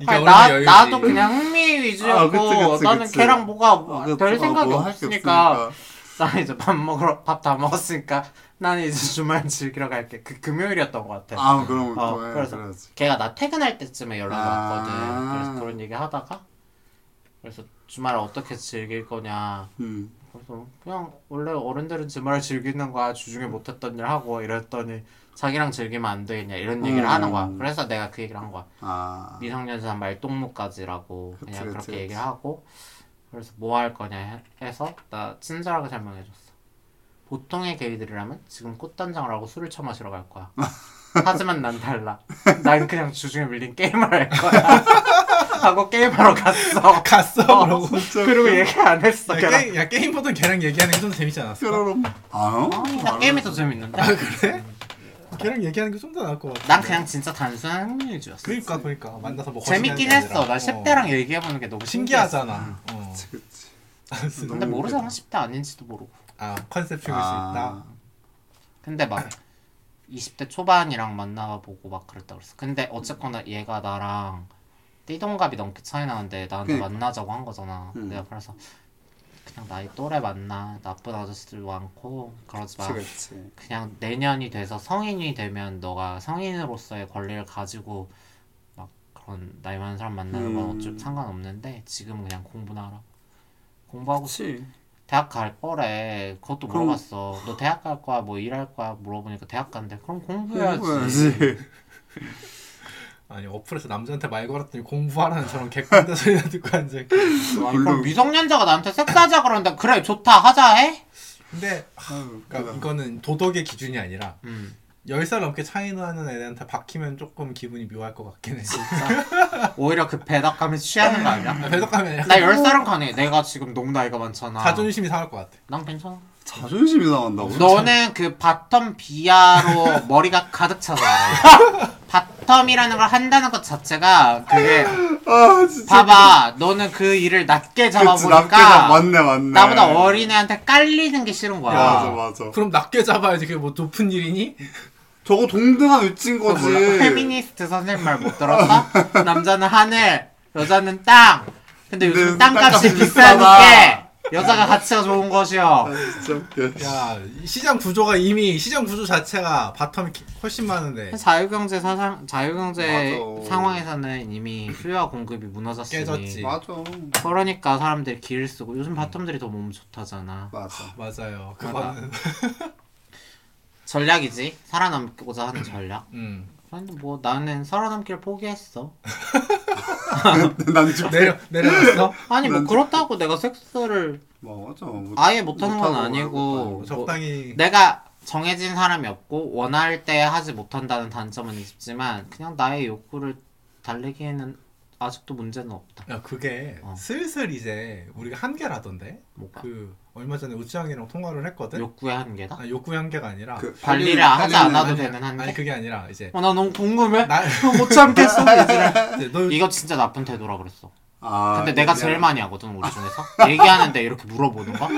S1: 이게
S2: 아니,
S1: 어른의
S2: 나
S1: 그러니까 여유지.
S2: 나도 그냥 흥미 위주였고
S3: 아, 그치, 그치,
S2: 나는
S3: 그치.
S2: 걔랑 뭐가 뭐
S3: 아,
S2: 별
S3: 그거
S2: 생각이
S3: 뭐 할게
S2: 없으니까 나 이제 밥 먹으러 밥 다 먹었으니까 나는 이제 주말 즐기러 갈게 그 금요일이었던 것 같아.
S3: 아 그럼
S2: 어,
S3: 또 해.
S2: 그래서-
S3: 그래야지.
S2: 걔가 나 퇴근할 때쯤에 연락이
S3: 아.
S2: 왔거든. 그래서 그런 얘기 하다가 그래서 주말을 어떻게 즐길 거냐.
S3: 음.
S2: 그래서 그냥 원래 어른들은 주말을 즐기는 거야. 주중에 못했던 일 하고 이랬더니 자기랑 즐기면 안 되겠냐 이런 얘기를
S3: 음.
S2: 하는 거야. 그래서 내가 그 얘기를 한 거야.
S3: 아.
S2: 예. 미성년자 말동무까지라고
S3: 그치,
S2: 그냥
S3: 그치,
S2: 그렇게
S3: 그치.
S2: 얘기를 하고 그래서 뭐 할 거냐 해- 해서 나 친절하게 설명해줬어. 보통의 게이들이라면 지금 꽃단장을 하고 술을 처마시러 갈
S3: <laughs>
S2: 거야. 하지만 난 달라. 난 그냥 주중에 밀린 게임을
S3: <laughs>
S2: 할 거야. 하고 게임하러 갔어.
S1: 갔어,
S2: 어.
S1: 그러고.
S2: 그리고 얘기 안 했어.
S1: 야,
S2: 걔랑.
S1: 게임, 야, 게임 보던 걔랑 얘기하는 게 좀 재밌지 않았어?
S3: 그럼. 아.
S2: 나 게임이 더 재밌는데.
S1: 아, 그래? 걔랑 얘기하는 게 좀 더 나을 것 같아.
S2: 난 그냥 진짜 단순한 흥미주였어.
S1: 그니까, 그니까. 만나서 뭐 거짓말
S2: 재밌긴
S1: 하는 게
S2: 했어.
S1: 아니라.
S2: 나
S1: 어.
S2: 10대랑 얘기해보는 게 너무 신기했어.
S1: 신기하잖아. 어.
S3: 그치 그치.
S2: 근데 모르잖아. 10대 아닌지도 모르고.
S1: 아, 컨셉 죽일
S3: 아.
S2: 근데 막 20대 초반이랑 만나보고 막 그랬다 그랬어. 근데 어쨌거나 얘가 나랑 띠동갑이 넘게 차이 나는데 나한테
S3: 그니까.
S2: 만나자고 한 거잖아.
S3: 음.
S2: 내가 그래서 그냥 나이 또래 만나. 나쁜 아저씨들 많고 그러지 마.
S3: 그치 그치.
S2: 그냥 내년이 돼서 성인이 되면 너가 성인으로서의 권리를 가지고 막 그런 나이 많은 사람 만나는 건
S3: 음.
S2: 어쩔 상관없는데 지금 그냥 공부나 하라. 공부하고 싶-
S3: 그치.
S2: 대학 갈 거래 그것도
S3: 그럼-
S2: 물어봤어. 너 대학
S3: <laughs>
S2: 갈 거야 뭐 일할 거야 물어보니까 대학 간대. 그럼 공부해야지.
S3: 공부해야지.
S1: 아니 어플에서 남자한테 말 걸었더니 공부하라는 저런 개꼰대 소리나 듣고 앉아 있고.
S2: 와,
S3: 별로.
S2: 그럼 미성년자가 나한테 섹스하자 그런다. 그래 좋다 하자 해.
S1: 근데
S3: 아유,
S1: 그러니까
S3: 그러니까
S1: 이거는 도덕의 기준이 아니라
S2: 음.
S1: 10살 넘게 차이나 하는 애들한테 박히면 조금 기분이 묘할 것 같긴 해.
S2: 진짜. 오히려 그 배닥감에 취하는 거 아니야?
S1: 배속감이 아니라
S2: 나 열 살은 가네. 내가 지금 너무 나이가 많잖아.
S1: 자존심이 상할 것 같아.
S2: 난 괜찮아.
S3: 자존심이 나간다고?
S2: 너는 그
S3: <laughs>
S2: 바텀 비하로 머리가 가득 차서 알아. 바텀이라는 걸 한다는 것 자체가
S3: <laughs>
S2: 그게
S3: 아 진짜
S2: 봐봐. 너는 그 일을 낮게
S3: 그치 낮게 잡
S2: 잡아보니까
S3: 맞네 맞네
S2: 나보다 어린애한테 깔리는 게 싫은 거야.
S3: 맞아 맞아
S1: 그럼 낮게 잡아야지 그게 뭐 높은 일이니?
S3: 저거 동등한 위치인
S2: 그거
S3: 거지
S2: 몰라? 페미니스트 선생님 말
S3: <laughs>
S2: 못 들었어? 남자는 하늘, 여자는 땅. 근데 요즘
S3: 근데 그
S2: 땅값이
S3: 땅값이 비싸다.
S2: 비싸니까 여자가 가치가 좋은
S3: 아
S2: 것이요.
S3: 진짜 웃겨
S1: 야, 이 시장 구조가 이미 시장 구조 자체가 바텀이 키- 훨씬 많은데
S2: 자유경제 사상, 자유경제
S3: 맞아.
S2: 상황에서는 이미 수요와 공급이 무너졌으니
S1: 깨졌지.
S3: 맞아
S2: 그러니까 사람들이 길을 쓰고 요즘 바텀들이 더 몸 좋다잖아.
S3: 맞아
S2: 맞아.
S1: 맞아요. 그거는
S2: 전략이지. 살아남고자 하는 전략.
S1: 음.
S2: 그런데 뭐 나는 살아남기를 포기했어.
S3: <laughs> 난 지금
S1: <laughs> 내려 내려갔어?
S2: 아니 뭐
S3: 난-
S2: 그렇다고 내가 섹스를
S3: 뭐 맞아 뭐,
S2: 아예 못하는 건
S3: 못하고
S2: 아니고 뭐
S1: 적당히
S2: 내가 정해진 사람이 없고 원할 때 하지 못한다는 단점은 있지만 그냥 나의 욕구를 달래기에는 아직도 문제는 없다.
S1: 야 그게
S2: 어.
S1: 슬슬 이제 우리가 한계라던데
S2: 뭐가
S1: 그 얼마 전에 우찌양이랑 통화를 했거든.
S2: 욕구의 한계다?
S1: 아, 욕구 한계가 아니라
S3: 그
S2: 관리를
S3: 관리는-
S2: 하지 않아도
S3: 관리는
S2: 되는 한계?
S1: 아니 그게 아니라
S2: <laughs>
S1: 이제
S2: 어, 나 너무 궁금해.
S1: 나
S2: 못 참겠어.
S1: <laughs> 이제 너
S2: 이거 진짜 나쁜 태도라 그랬어.
S3: 아
S2: 근데 내가 제일 많이 하거든 우리 중에서 얘기하는데 이렇게 물어보는 거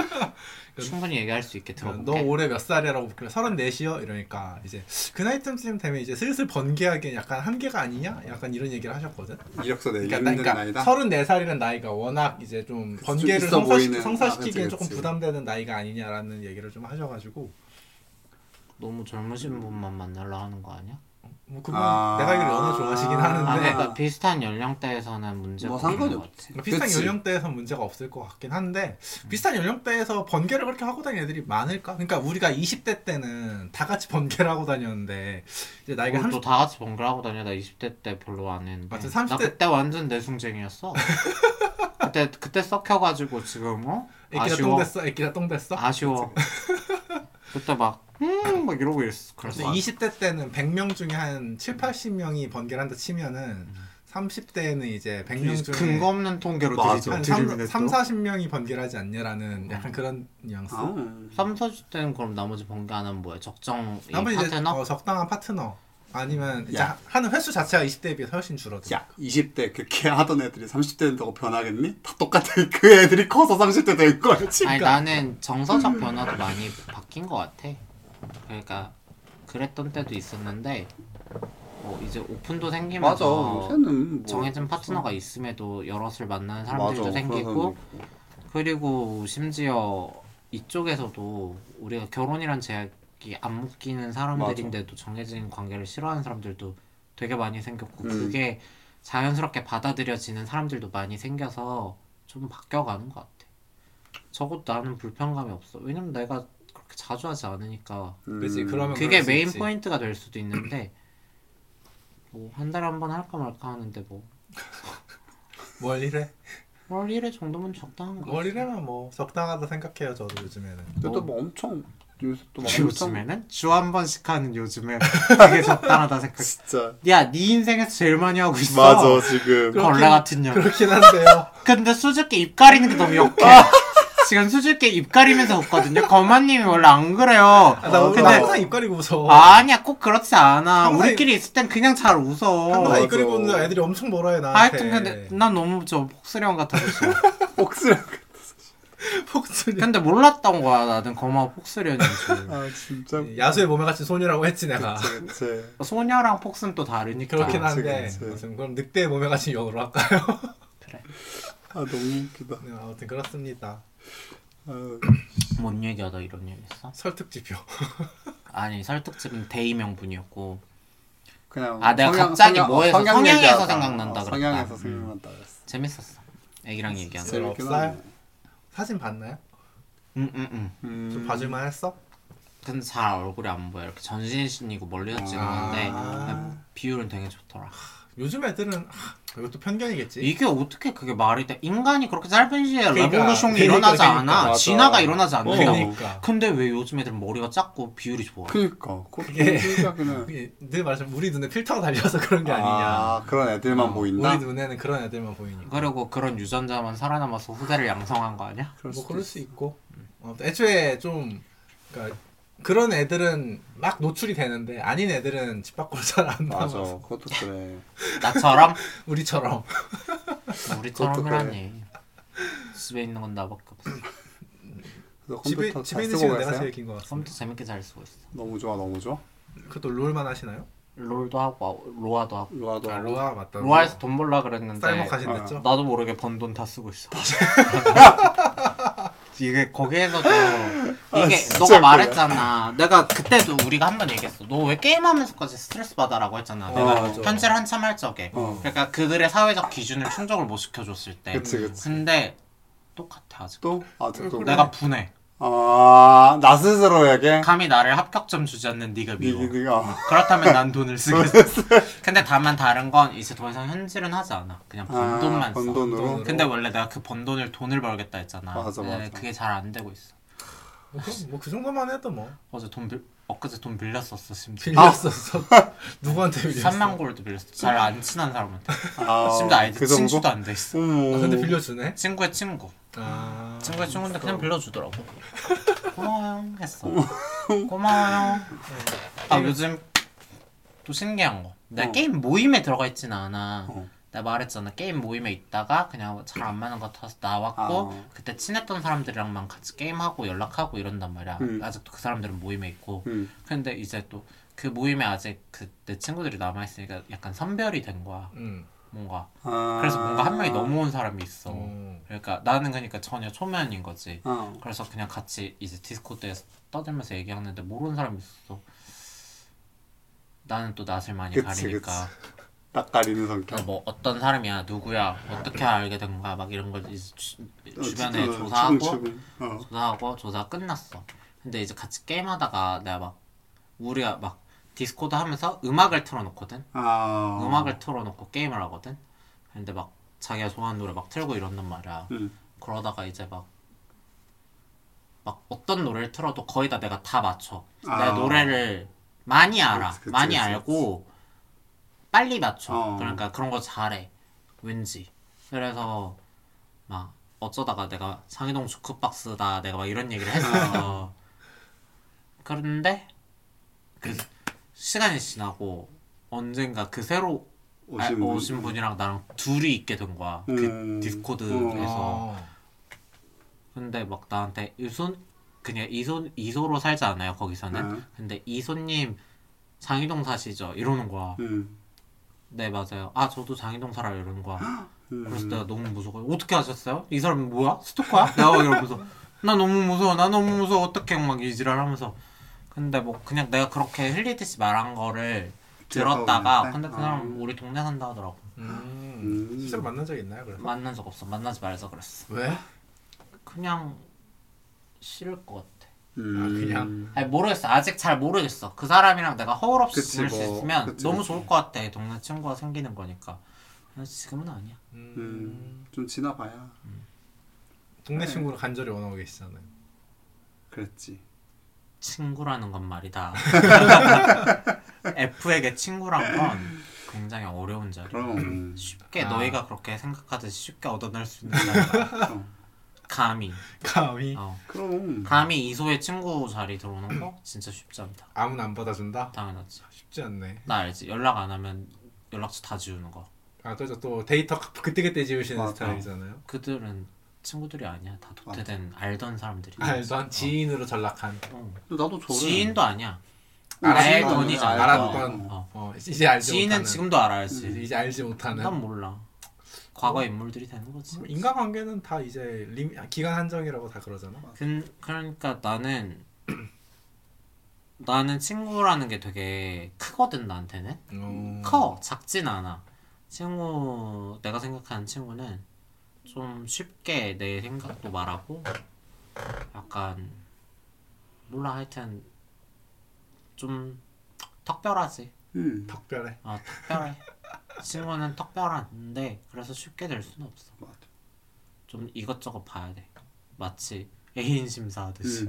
S2: 충분히 얘기할 수 있게
S1: 너
S2: 들어볼게
S1: 올해 몇 살이라고 그래 34시요? 이러니까 이제 그 나이쯤쯤 되면 이제 슬슬 번개하기엔 약간 한계가 아니냐? 약간 이런 얘기를 하셨거든.
S3: 이력서 내기
S1: 그러니까,
S3: 힘든
S1: 그러니까
S3: 나이다
S1: 34살이라는 나이가 워낙 이제 좀
S3: 그치,
S1: 번개를
S3: 좀 있어 보이는.
S1: 성사, 시키기엔
S3: 아, 그치,
S1: 조금
S3: 그치.
S1: 부담되는 나이가 아니냐라는 얘기를 좀 하셔가지고
S2: 너무 젊으신 분만 만나려 하는 거 아니야?
S1: 뭐 그분
S3: 아.
S1: 내가 알기로 연애 좋아하시긴 하는데
S2: 아
S3: 네.
S2: 그러니까 비슷한 연령대에서는 문제가
S3: 뭐
S2: 없는
S3: 상관이
S2: 것
S3: 없지.
S2: 같아
S1: 그러니까 비슷한
S3: 그치. 음.
S1: 연령대에서 문제가 없을 것 같긴 한데 비슷한 연령대에서 번개를 그렇게 하고 다니는 애들이 많을까? 그러니까 우리가 20대 때는 다 같이 번개를 하고 다녔는데 이제 나이가
S2: 우리
S1: 30,
S2: 뭐 또다 같이 번갈아 하고 다녀 나 20대 때 별로 안 했는데
S1: 맞아,
S2: 나
S1: 30대
S2: 그때 완전 내숭쟁이였어 그때 그때 썩혀가지고 지금 어?
S1: 애기가
S2: 아쉬워
S1: 똥 됐어? 애기가 똥 됐어?
S2: 아쉬워 <laughs> 그때 막 음, 막 이러고 이랬어 그래서
S1: 근데 20대 때는 100명 중에 한 7, 80명이 번개를 한다
S3: 음.
S1: 치면은 30대에는 이제 100명 중에
S2: 근거 없는 통계로
S3: 맞아.
S2: 들이밀-
S1: 한
S2: 들이밀
S1: 3, 3, 40명이 번개를 하지
S3: 음.
S1: 않냐라는 약간 그런 뉘앙스
S3: 아우. 음.
S2: 삼사주 때는 그럼 나머지 번개 안 하면 뭐야? 적정 이
S1: 나머지 이제
S2: 파트너?
S1: 어, 적당한 파트너 아니면 이제
S3: 야.
S1: 하는 횟수 자체가 20대에 비해서 훨씬 줄어들어
S3: 야 20대 그렇게 하던 애들이 30대 된다고 변하겠니? 다 똑같아 <laughs> 그 애들이 커서 30대 될 거야 지금
S2: 아니 나는 정서적 변화도 많이 바뀐 것 같아. 그러니까 그랬던 때도 있었는데 뭐 이제 오픈도
S3: 맞아
S2: 생기면서
S3: 요새는 뭐
S2: 정해진 파트너가 있음에도 여럿을 만나는 사람들도
S3: 맞아,
S2: 생기고
S3: 그런 사람도
S2: 그리고 심지어 이쪽에서도 우리가 결혼이란 제약이 안 묶이는 사람들인데도 정해진 관계를 싫어하는 사람들도 되게 많이 생겼고
S3: 음.
S2: 그게 자연스럽게 받아들여지는 사람들도 많이 생겨서 좀 바뀌어가는 것 같아. 적어도 나는 불편감이 없어. 왜냐면 내가 그렇게 자주 하지 않으니까
S3: 있고.
S1: 그치,
S3: 음.
S1: 그러면
S2: 그게
S1: 그럴 수
S2: 메인
S1: 있지.
S2: 포인트가 될 수도 있는데 뭐 한 달에 한 번 할까 말까 하는데 뭐
S1: 월일회?
S2: 월일회 정도면 적당한 거.
S1: 월일회면 뭐 적당하다 생각해요 저도 요즘에는
S3: 근데 또뭐 엄청 요새 또막
S2: 요즘에는 주 한 번씩 하는 요즘에 되게 적당하다 생각.
S3: 진짜
S2: 야, 네 인생에서 제일 많이 하고 있어.
S3: 맞아
S2: <laughs>
S3: 지금
S2: 걸레 같은 년.
S1: 그렇긴 한데요
S2: 근데 수줍게 입 가리는 게
S3: <laughs>
S2: 너무 역해. 지금 수줍게 입 가리면서 웃거든요. 거만님이 원래 안 그래요.
S1: 아, 나,
S3: 어,
S1: 오늘
S3: 근데-
S1: 항상 입 가리고 웃어
S2: 아니야, 꼭 그렇지 않아.
S1: 항상
S2: 우리끼리 있을 땐 그냥 잘 웃어.
S1: 항상
S3: 맞아.
S1: 입 가리고 웃는 애들이 엄청 뭐라 해 나한테
S2: 하여튼 근데 난 너무 저 폭스령 같아서.
S3: 복수를
S1: 폭순이
S2: 근데 몰랐던 거야, 나는 거만 폭스령인지.
S3: 아 진짜
S1: 야수의 몸에 갇힌 소녀라고 했지 내가
S3: 그치
S2: 소녀랑 폭스는 또 다르니까.
S1: 그렇긴
S3: 그치,
S1: 한데
S3: 아, 그치.
S1: 무슨 그럼 늑대의 몸에 갇힌 영으로 할까요? <laughs>
S3: 아 너무 웃기다
S1: 네, 아무튼 그렇습니다
S3: 아,
S2: 뭔 얘기하다 이런 얘기 했어?
S1: 설특지표
S2: 아니 설득집은 대의명분이었고
S3: 그냥
S2: 아, 내가 갑자기 뭐에서- 성향에서
S3: 얘기하다.
S2: 생각난다
S3: 어,
S2: 그랬다.
S3: 성향에서
S2: 음.
S3: 생각난다 그랬어
S2: 재밌었어 애기랑 얘기하는 거
S1: 재밌-
S3: 재밌긴
S1: 없어요?
S3: 하네.
S1: 사진 봤나요?
S2: 응응응
S3: 음.
S1: 좀 봐줄만 했어?
S2: 근데 잘 얼굴이 안 보여 이렇게 전신신이고 멀리서 찍는데
S1: 아.
S2: 그냥 비율은 되게 좋더라
S1: 요즘 애들은 하, 이것도 편견이겠지.
S2: 이게 어떻게 그게 말이 돼? 인간이 그렇게 짧은 시에
S1: 네. 그러니까,
S2: 레볼루션이
S1: 그러니까,
S2: 일어나지
S1: 그러니까.
S2: 않아.
S4: 맞아.
S2: 진화가 일어나지 않는
S3: 어.
S2: 거.
S1: 그러니까
S2: 근데 왜 요즘 애들 머리가 작고 비율이 좋아?
S3: 그니까
S1: 그게-
S3: 그게 진짜 그냥
S1: 그게 늘 말하자면 우리 눈에 필터가 달려서 그런 게 아니냐.
S3: 아 그런 애들만
S1: 어,
S3: 보인다.
S1: 우리 눈에는 그런 애들만 보이니까. 뭐
S2: 그리고 그런 유전자만 살아남아서 후대를 양성한 거 아니야?
S3: 그럴
S1: 뭐
S3: 수도
S1: 그럴 수 있고. 어, 애초에 좀 그러니까 그런 애들은 막 노출이 되는데 아닌 애들은 집 밖으로 잘 안
S3: 맞아.
S1: 나와.
S3: 그것도 그래.
S2: 나처럼
S1: 우리처럼.
S2: 우리처럼이라니. 집에 있는 건 나밖에 없어.
S3: 그래서
S1: 집에
S3: 컴퓨터
S1: 집에
S3: 잘
S1: 있는
S3: 쓰고
S1: 시간 내가
S3: 계세요?
S1: 제일 긴 것 같아.
S2: 컴퓨터 재밌게 잘 쓰고 있어.
S3: 너무 좋아, 너무 좋아.
S1: 그것도 롤만 하시나요?
S2: 롤도 하고 로아도 하고.
S3: 로아도 아,
S1: 아,
S3: 하고.
S1: 로아 맞다.
S2: 로아에서 돈 벌라 그랬는데
S1: 쌀먹
S2: 네.
S1: 하신댔죠?
S2: 나도 모르게 번 돈 다
S3: <laughs>
S2: 쓰고 있어. 이게 거기에서도 이게
S3: 아, 진짜
S2: 너가
S3: 웃기네.
S2: 말했잖아. 내가 그때도 우리가 한 번 얘기했어. 너 왜 게임하면서까지 스트레스 받아라고 했잖아. 내가
S3: 맞아.
S2: 편지를 한참 할 적에.
S3: 어.
S2: 그러니까 그들의 사회적 기준을 충족을 못 시켜줬을 때.
S3: 그치, 그치.
S2: 근데 똑같아 아직.
S3: 또 아직도
S2: 내가 분해.
S3: 아나 스스로에게
S2: 감히 나를 합격점 주지 않는 네가 미워.
S3: 이게 네가
S2: 그렇다면 난
S3: <laughs>
S2: 돈을 쓰겠어. 근데 다만 다른 건 이제 더 이상 현질은 하지 않아. 그냥 번 돈만 써.
S3: 번 돈으로
S2: 근데 원래 내가 그 번 돈을 돈을 벌겠다 했잖아.
S3: 맞아,
S2: 근데
S3: 맞아.
S2: 그게 잘 안 되고 있어.
S1: 뭐그 정도만 해도 뭐
S2: 어제 돈 빌, 엊그제 돈 빌렸었어 심지어.
S1: 빌렸었어. 누구한테 빌렸어? 아,
S2: 3만 골드 빌렸어. 잘 안 친한 사람한테.
S3: 아,
S2: 심지어 아이디
S3: 그 정도? 음.
S2: 친구도 안 돼 있어.
S3: 어머.
S1: 아, 근데 빌려주네.
S2: 친구의 친구.
S1: 아.
S2: 친구의 친구인데 그냥 <laughs> 빌려주더라고. 고마워요 했어. 고마워요. 아 요즘 또 신기한 거. 내가
S3: 어.
S2: 게임 모임에 들어가 있진 않아.
S3: 어.
S2: 내가 말했잖아 게임 모임에 있다가 그냥 잘 안 맞는 것 같아서 나왔고
S3: 아.
S2: 그때 친했던 사람들이랑만 같이 게임하고 연락하고 이런단 말이야
S3: 음.
S2: 아직도 그 사람들은 모임에 있고
S3: 음.
S2: 근데 이제 또 그 모임에 아직 그 내 친구들이 남아있으니까 약간 선별이 된 거야
S1: 음.
S2: 뭔가
S3: 아.
S2: 그래서 뭔가 한 명이 넘어온 사람이 있어
S1: 어.
S2: 그러니까 나는 그러니까 전혀 초면인 거지
S3: 어.
S2: 그래서 그냥 같이 이제 디스코드에서 떠들면서 얘기하는데 모르는 사람이 있었어 나는 또 낯을 많이
S3: 그치,
S2: 가리니까
S3: 그치. 딱 가리는 성격.
S2: 그러니까 뭐 어떤 사람이야 누구야 어떻게 알게 된 거야 막 이런 걸 이제 주, 주변에
S3: 어, 진짜
S2: 조사하고
S3: 지금, 지금. 어.
S2: 조사하고 조사 끝났어 근데 이제 같이 게임하다가 내가 막 우리가 막 디스코드 하면서 음악을 틀어놓거든
S3: 아.
S2: 음악을 틀어놓고 게임을 하거든 근데 막 자기가 좋아하는 노래 막 틀고 이런단 말이야
S3: 음.
S2: 그러다가 이제 막 막 어떤 노래를 틀어도 거의 다 내가 다 맞춰
S3: 아.
S2: 내 노래를 많이 알아
S3: 그치, 그치,
S2: 많이
S3: 그치,
S2: 알고 빨리 맞춰
S3: 어.
S2: 그러니까 그런 거 잘해 왠지 그래서 막 어쩌다가 내가 상해동 주크박스다 내가 막 이런 얘기를 했어 그런데 그 시간이 지나고 언젠가 그 새로 아,
S3: 오신 분.
S2: 오신 분이랑 나랑 둘이 있게 된 거야 그
S3: 음. 어.
S2: 디스코드에서
S1: 아.
S2: 근데 막 나한테 이손 그냥 이손 이소로 살지 않아요 거기서는
S3: 네.
S2: 근데 이소님 장희동 사시죠 이러는 거야
S3: 음.
S2: 네 맞아요 아 저도 장희동 살아요 이러는 거야
S3: 음.
S2: 그래서 내가 너무 무서워 어떻게 아셨어요 이 사람 뭐야
S3: <laughs>
S2: 스토커야 내가 이러면서 나 너무 무서워 나 너무 무서워 어떻게 막 이지랄 하면서 근데 뭐 그냥 내가 그렇게 흘리듯이 말한 거를 들었다가
S3: 들었다고 어.
S2: 근데 그
S3: 그랬대?
S2: 사람 우리 동네 산다 하더라고
S1: 음.
S3: 음.
S1: 실제로 만난 적 있나요? 그래서
S2: 만난 적 없어 만나지 말자 그랬어
S1: 왜?
S2: 그냥 싫을 것 같아
S3: 음.
S1: 아, 그냥?
S2: 아니 모르겠어 아직 잘 모르겠어 그 사람이랑 내가 허울 없이
S3: 그치,
S2: 지낼 수
S3: 뭐.
S2: 있으면
S3: 그치,
S2: 너무
S3: 그치.
S2: 좋을 것 같아 동네 친구가 생기는 거니까 근데 지금은 아니야
S1: 음.
S3: 음. 좀 지나봐야.
S1: 동네 친구를 간절히 원하고 계시잖아요. <laughs>
S3: 그랬지.
S2: 친구라는 건 말이다
S3: <laughs>
S2: F에게 친구란 건 굉장히 어려운 자리
S3: 그럼.
S2: 쉽게
S1: 아.
S2: 너희가 그렇게 생각하듯이 쉽게 얻어낼 수 있는 자리
S3: 어.
S2: 감히
S1: 감히
S2: 어.
S3: 그럼.
S2: 감히 이소의 친구 자리 들어오는 거 진짜 쉽지 않다
S1: 아무나 안 받아준다?
S2: 당연하지
S1: 쉽지 않네.
S2: 나 알지 연락 안 하면 연락처 다 지우는 거
S1: 아 그래서 또 데이터 그때 그때 지우시는
S3: 맞아.
S1: 스타일이잖아요.
S2: 그들은 친구들이 아니야 다 도태된 알던 사람들이
S1: 알던 아, 지인으로 전락한.
S2: 어.
S3: 나도 저래. 음,
S2: 지인도 아니야
S1: 알았던,
S2: 알던이잖아
S1: 알았던.
S2: 어.
S1: 어 이제 알지
S2: 지인은
S1: 못하는. 음,
S2: 지금도 알아야지
S1: 이제 알지 못하는. 음,
S2: 난 몰라 과거 인물들이 되는 거지
S1: 인간관계는 다 이제 림, 아, 기간 한정이라고 다 그러잖아.
S2: 그, 그러니까 나는 나는 친구라는 게 되게 크거든 나한테는
S1: 음.
S2: 커 작진 않아 친구 내가 생각하는 친구는 좀 쉽게 내 생각도 말하고 약간 몰라 하여튼 좀 특별하지
S3: 음.
S1: 특별해.
S2: 아 특별해 친구는 특별한데 그래서 쉽게 될 수는 없어.
S3: 맞아.
S2: 좀 이것저것 봐야 돼. 마치 애인 심사하듯이.
S3: 음.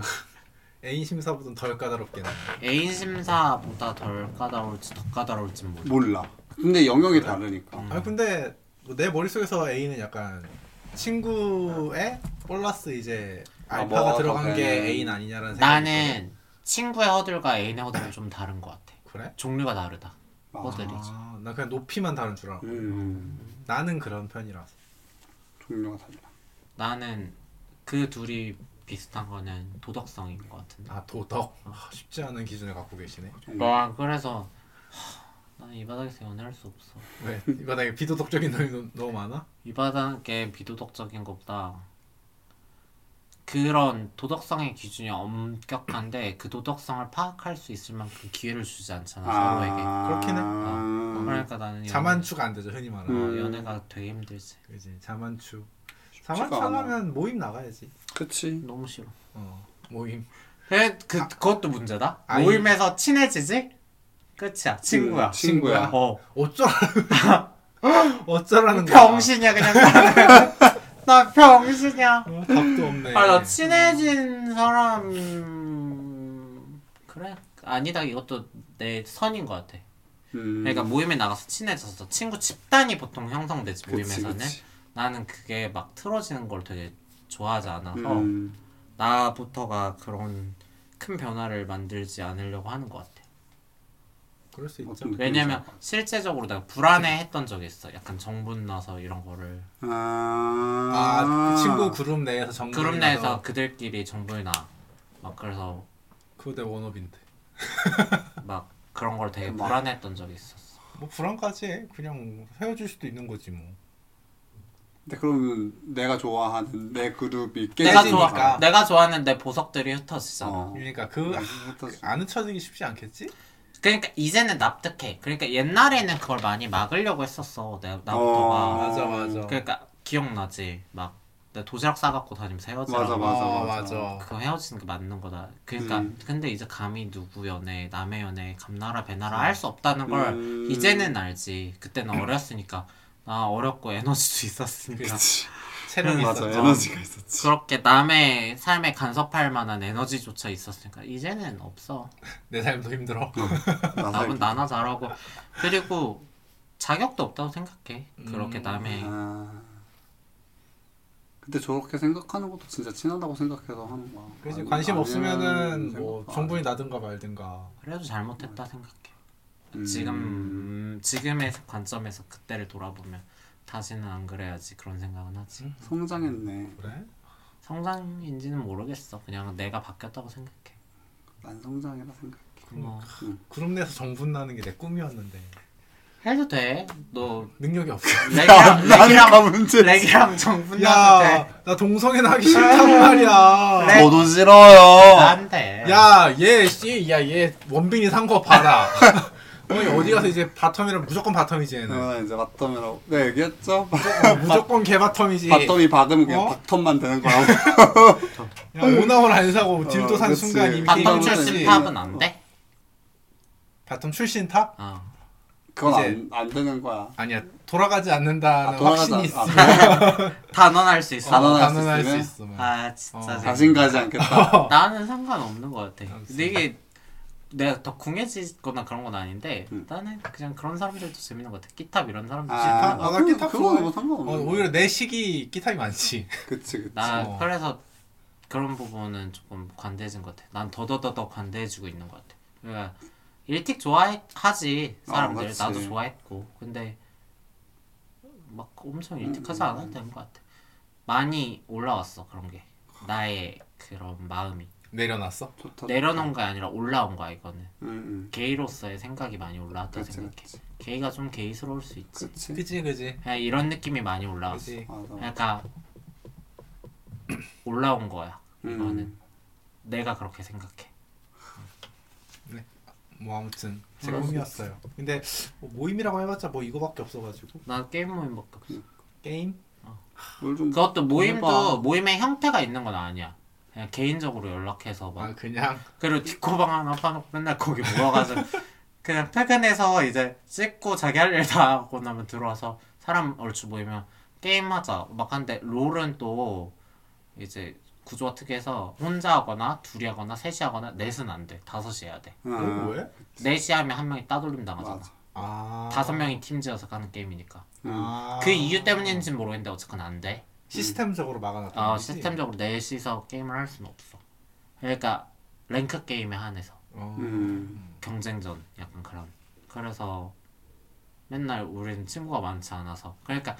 S1: 애인 심사보단 덜 까다롭긴 해.
S2: 애인 심사보다 덜 까다로울지 더 까다로울진 모르.
S3: 몰라. 근데 영역이 다르니까.
S2: 음.
S1: 아니 근데 뭐내 머릿속에서 A는 약간 친구의 플러스 이제
S3: 아,
S1: 알파가
S3: 뭐,
S1: 들어간
S3: 그래.
S1: 게 A는 아니냐라는 생각이 있거든.
S2: 나는 친구의 허들과 애인의 허들은 좀 다른 것 같아.
S1: 그래?
S2: 종류가 다르다.
S3: 아.
S2: 허들이지.
S1: 아, 나 그냥 높이만 다른 줄 알고
S3: 음,
S1: 나는 그런 편이라서
S3: 종류가 달라.
S2: 나는 그 둘이 비슷한 거는 도덕성인 것 같은데.
S1: 아 도덕 아, 쉽지 않은 기준을 갖고 계시네
S2: 와 아, 그래서 하, 나는 이 바닥에서 연애할 수 없어.
S1: 왜 이 바닥에 비도덕적인 놈이 너- 너무 많아?
S2: 이 바닥에 비도덕적인 것보다 그런 도덕성의 기준이 엄격한데 그 도덕성을 파악할 수 있을 만큼 기회를 주지 않잖아 서로에게.
S1: 그렇긴 해.
S2: 어, 그러니까 나는 연애,
S1: 자만추가 안 되죠 흔히
S2: 어,
S1: 말하는
S3: 음.
S2: 연애가 되게 힘들지.
S1: 그지 자만추
S3: 않아.
S1: 자만추하면 모임 나가야지
S3: 그치.
S2: 너무 싫어.
S1: 어 모임
S2: 그, 그 그것도 문제다.
S1: 아니.
S2: 모임에서 친해지지? 끝이야 친구야.
S3: 음, 친구야.
S2: 어
S1: 어쩌라는
S2: <laughs>
S1: 어쩌라는 거야
S2: 병신이야 그냥. 나 병신이야.
S1: 어, 답도 없네
S2: 아 나 친해진 사람 그래 아니다 이것도 내 선인 것 같아.
S3: 음.
S2: 그러니까 모임에 나가서 친해져서 친구 집단이 보통 형성되지 모임에서는
S3: 그치.
S2: 나는 그게 막 틀어지는 걸 되게 좋아하지 않아서
S3: 음.
S2: 나부터가 그런 큰 변화를 만들지 않으려고 하는 것 같아.
S1: 그럴 수 있죠
S3: 어떤 느낌이지?
S2: 왜냐면 실제적으로 내가 불안해했던 적이 있어. 약간 정분 나서 이런 거를
S3: 아,
S1: 아, 그 친구 그룹 내에서 정글
S2: 그룹 내에서 그들끼리 정분이 나 막 그래서
S1: 그거 내 원업인데
S2: 막 그런 걸 되게 불안해했던 적이 있었어.
S1: 뭐 불안까지 해 그냥 헤어질 수도 있는 거지 뭐
S3: 근데 그러면 내가 좋아하는 내 그룹이
S2: 내가
S3: 깨지니까.
S2: 좋아 내가 좋아하는 내 보석들이 흩어지잖아.
S3: 어.
S1: 그러니까 그
S3: 흩어지-
S1: 안 흩어지기 쉽지 않겠지?
S2: 그러니까 이제는 납득해. 그러니까 옛날에는 그걸 많이 막으려고 했었어. 내
S3: 어.
S2: 나부터가.
S1: 맞아, 맞아.
S2: 그러니까 기억나지. 막 내 도시락 싸갖고 다니면서 헤어지라.
S3: 맞아, 맞아.
S1: 아,
S2: 그거 헤어지는 게 맞는 거다. 그러니까
S3: 음.
S2: 근데 이제 감히 누구 연애, 남의 연애, 감나라 배나라 할 수 없다는 걸
S3: 음.
S2: 이제는 알지.
S3: <clears throat>
S2: 그때는 어렸으니까 나 어렸고 에너지도 있었으니까
S3: 그치.
S1: 체력이
S3: 맞아,
S1: 아, 있었죠.
S3: 에너지가 있었지.
S2: 그렇게 남의 삶에 간섭할 만한 에너지조차 있었으니까 이제는 없어.
S1: 내 삶도 힘들어.
S3: 나
S2: 남은
S3: 살기.
S2: 나나 잘하고 그리고 자격도 없다고 생각해 그렇게
S1: 음.
S2: 남의
S3: 아. 근데 저렇게 생각하는 것도 진짜 친하다고 생각해서 하는 거야.
S1: 그래서
S3: 아니,
S1: 관심
S3: 아니면
S1: 없으면은 뭐
S3: 생각 안
S1: 정분이
S3: 해.
S1: 나든가 말든가.
S2: 그래도 잘못했다 생각해
S3: 음.
S2: 지금 지금의 관점에서 그때를 돌아보면 다시는 안 그래야지 그런 생각은
S1: 음.
S2: 하지
S3: 성장했네.
S1: 그래?
S2: 성장인지는 모르겠어 그냥 내가 바뀌었다고 생각해
S3: 난 성장이라 생각.
S2: 뭐
S1: 그러니까. 그룹 내에서 정분 나는 게 내 꿈이었는데
S2: 해도 돼너
S1: 능력이 없어.
S2: 렉이랑 렉이랑
S3: 아, 문제.
S2: 렉이랑 정분 나도 돼
S1: <laughs> 야, 나 동성애나 하기 싫단 말이야.
S2: 네.
S3: 아, 저도
S2: 아,
S3: 싫어요.
S2: 안돼
S1: 야, 얘 씨, 야, 얘 원빈이 산
S3: <laughs>
S1: 거 봐라. 어이 어디 가서 이제 바텀이라 무조건 바텀이지 얘는.
S3: 아, 이제 바텀이라고. 네, 얘기했죠?
S1: 어, <laughs> 무조건 개 바텀이지.
S3: 바텀이 박으면 그냥
S1: 어?
S3: 바텀만 되는 거라고.
S1: 야, 오나홀 안 사고 딜도
S3: 어,
S1: 산
S3: 그치.
S1: 순간 이미
S2: 바텀
S3: 바텀
S2: 출신
S3: 출신.
S2: 팝은 안 돼?
S1: 바텀 출신 탑?
S2: 어. <laughs>
S3: 그건
S1: 이제-
S3: 안, 안 되는 거야.
S1: 아니야 돌아가지 않는다는
S3: 아,
S1: 확신이 있어.
S3: 아, 그래?
S2: <laughs> 단언할 수 있어
S3: 단언- 단언할 수
S1: 단언할 수
S3: 있으면?
S1: 있어.
S2: 아 진짜
S1: 어.
S2: 재
S3: 자신 가지 않겠다.
S2: 나는 상관없는 것 같아.
S1: 알겠습니다.
S2: 근데 이게 내가 더 궁해지거나 그런 건 아닌데
S3: 음.
S2: 나는 그냥 그런 사람들도 재밌는 것 같아. 끼탑 이런 사람도
S3: 아,
S2: 싫다는 거.
S1: 아,
S2: 같아.
S1: 나
S3: 그-
S1: 기타
S3: 그건
S1: 좋아해.
S3: 뭐 상관없어.
S1: 어, 오히려 내 식이 끼타이 많지. <laughs>
S3: 그치, 그치.
S2: 나
S1: 어.
S2: 그래서 그런 부분은 조금 관대해진 것 같아. 난 더더더더 관대해지고 있는 것 같아. 그러니까 일찍 좋아하지 사람들
S3: 아, 맞지.
S2: 나도 좋아했고 근데 막 엄청 일찍하지
S3: 음.
S2: 않아도 되는 것 같아. 많이 올라왔어 그런 게 나의 그런 마음이
S1: 내려놨어.
S3: 좋다.
S2: 내려놓은 게 아니라 올라온 거야 이거는.
S3: 응, 응.
S2: 게이로서의 생각이 많이 올라왔다
S3: 그렇죠, 그치,
S2: 생각해.
S3: 그치.
S2: 게이가 좀 게이스러울 수 있지.
S3: 그치.
S1: 그지 그지.
S2: 그냥 이런 느낌이 많이 올라왔어.
S1: 그지.
S3: 맞아.
S2: 그러니까 올라온 거야. 이거는
S3: 음.
S2: 내가 그렇게 생각해.
S1: 뭐 아무튼 제
S2: 음.
S1: 꿈이었어요. 근데 뭐 모임이라고 해봤자 뭐 이거밖에 없어가지고
S2: 나 게임 모임밖에 없어.
S1: 게임.
S3: 뭘좀
S2: 그것도 모임도
S3: 해봐.
S2: 모임의 형태가 있는 건 아니야. 그냥 개인적으로 연락해서 막
S1: 아 그냥
S2: 그리고 디코방 하나 파놓고 맨날 거기 모아가지고 그냥 퇴근해서 이제 씻고 자기 할 일 다 하고 나면 들어와서 사람 얼추 모이면 게임하자 막 하는데 롤은 또 이제 구조가 특이해서 혼자 하거나 둘이 하거나 셋이 하거나 넷은 안돼 다섯이 해야 돼
S3: 음. 아.
S1: 어, 왜?
S2: 넷이 하면 한 명이 따돌림 당하잖아
S3: 맞아.
S1: 아
S2: 다섯 명이 팀지어서 가는 게임이니까
S3: 음.
S1: 아.
S2: 그 이유 때문인지는 모르겠는데 어쨌건 안돼
S1: 시스템적으로 막아놨다.
S2: 어, 시스템적으로 넷이서 게임을 할 수는 없어. 그러니까 랭크 게임에 한해서
S1: 어.
S3: 음.
S2: 경쟁전 약간 그런. 그래서 맨날 우리는 친구가 많지 않아서. 그러니까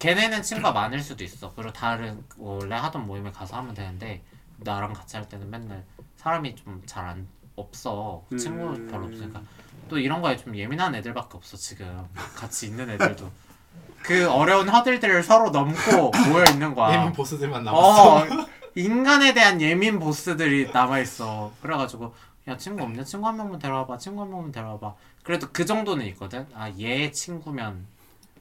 S2: 걔네는 친구가 많을 수도 있어. 그리고 다른 원래 하던 모임에 가서 하면 되는데 나랑 같이 할 때는 맨날 사람이 좀 잘 안 없어. 친구
S3: 음.
S2: 별로 없으니까 또 이런 거에 좀 예민한 애들밖에 없어 지금 같이 있는 애들도. 그 어려운 허들들을 서로 넘고 모여 있는 거야.
S1: <laughs> 예민 보스들만
S2: <laughs>
S1: 남았어.
S2: 어, 인간에 대한 예민 보스들이 남아있어. 그래가지고, 야, 친구 없냐? 친구 한 명만 데려와봐. 친구 한 명만 데려와봐. 그래도 그 정도는 있거든? 아, 얘 친구면.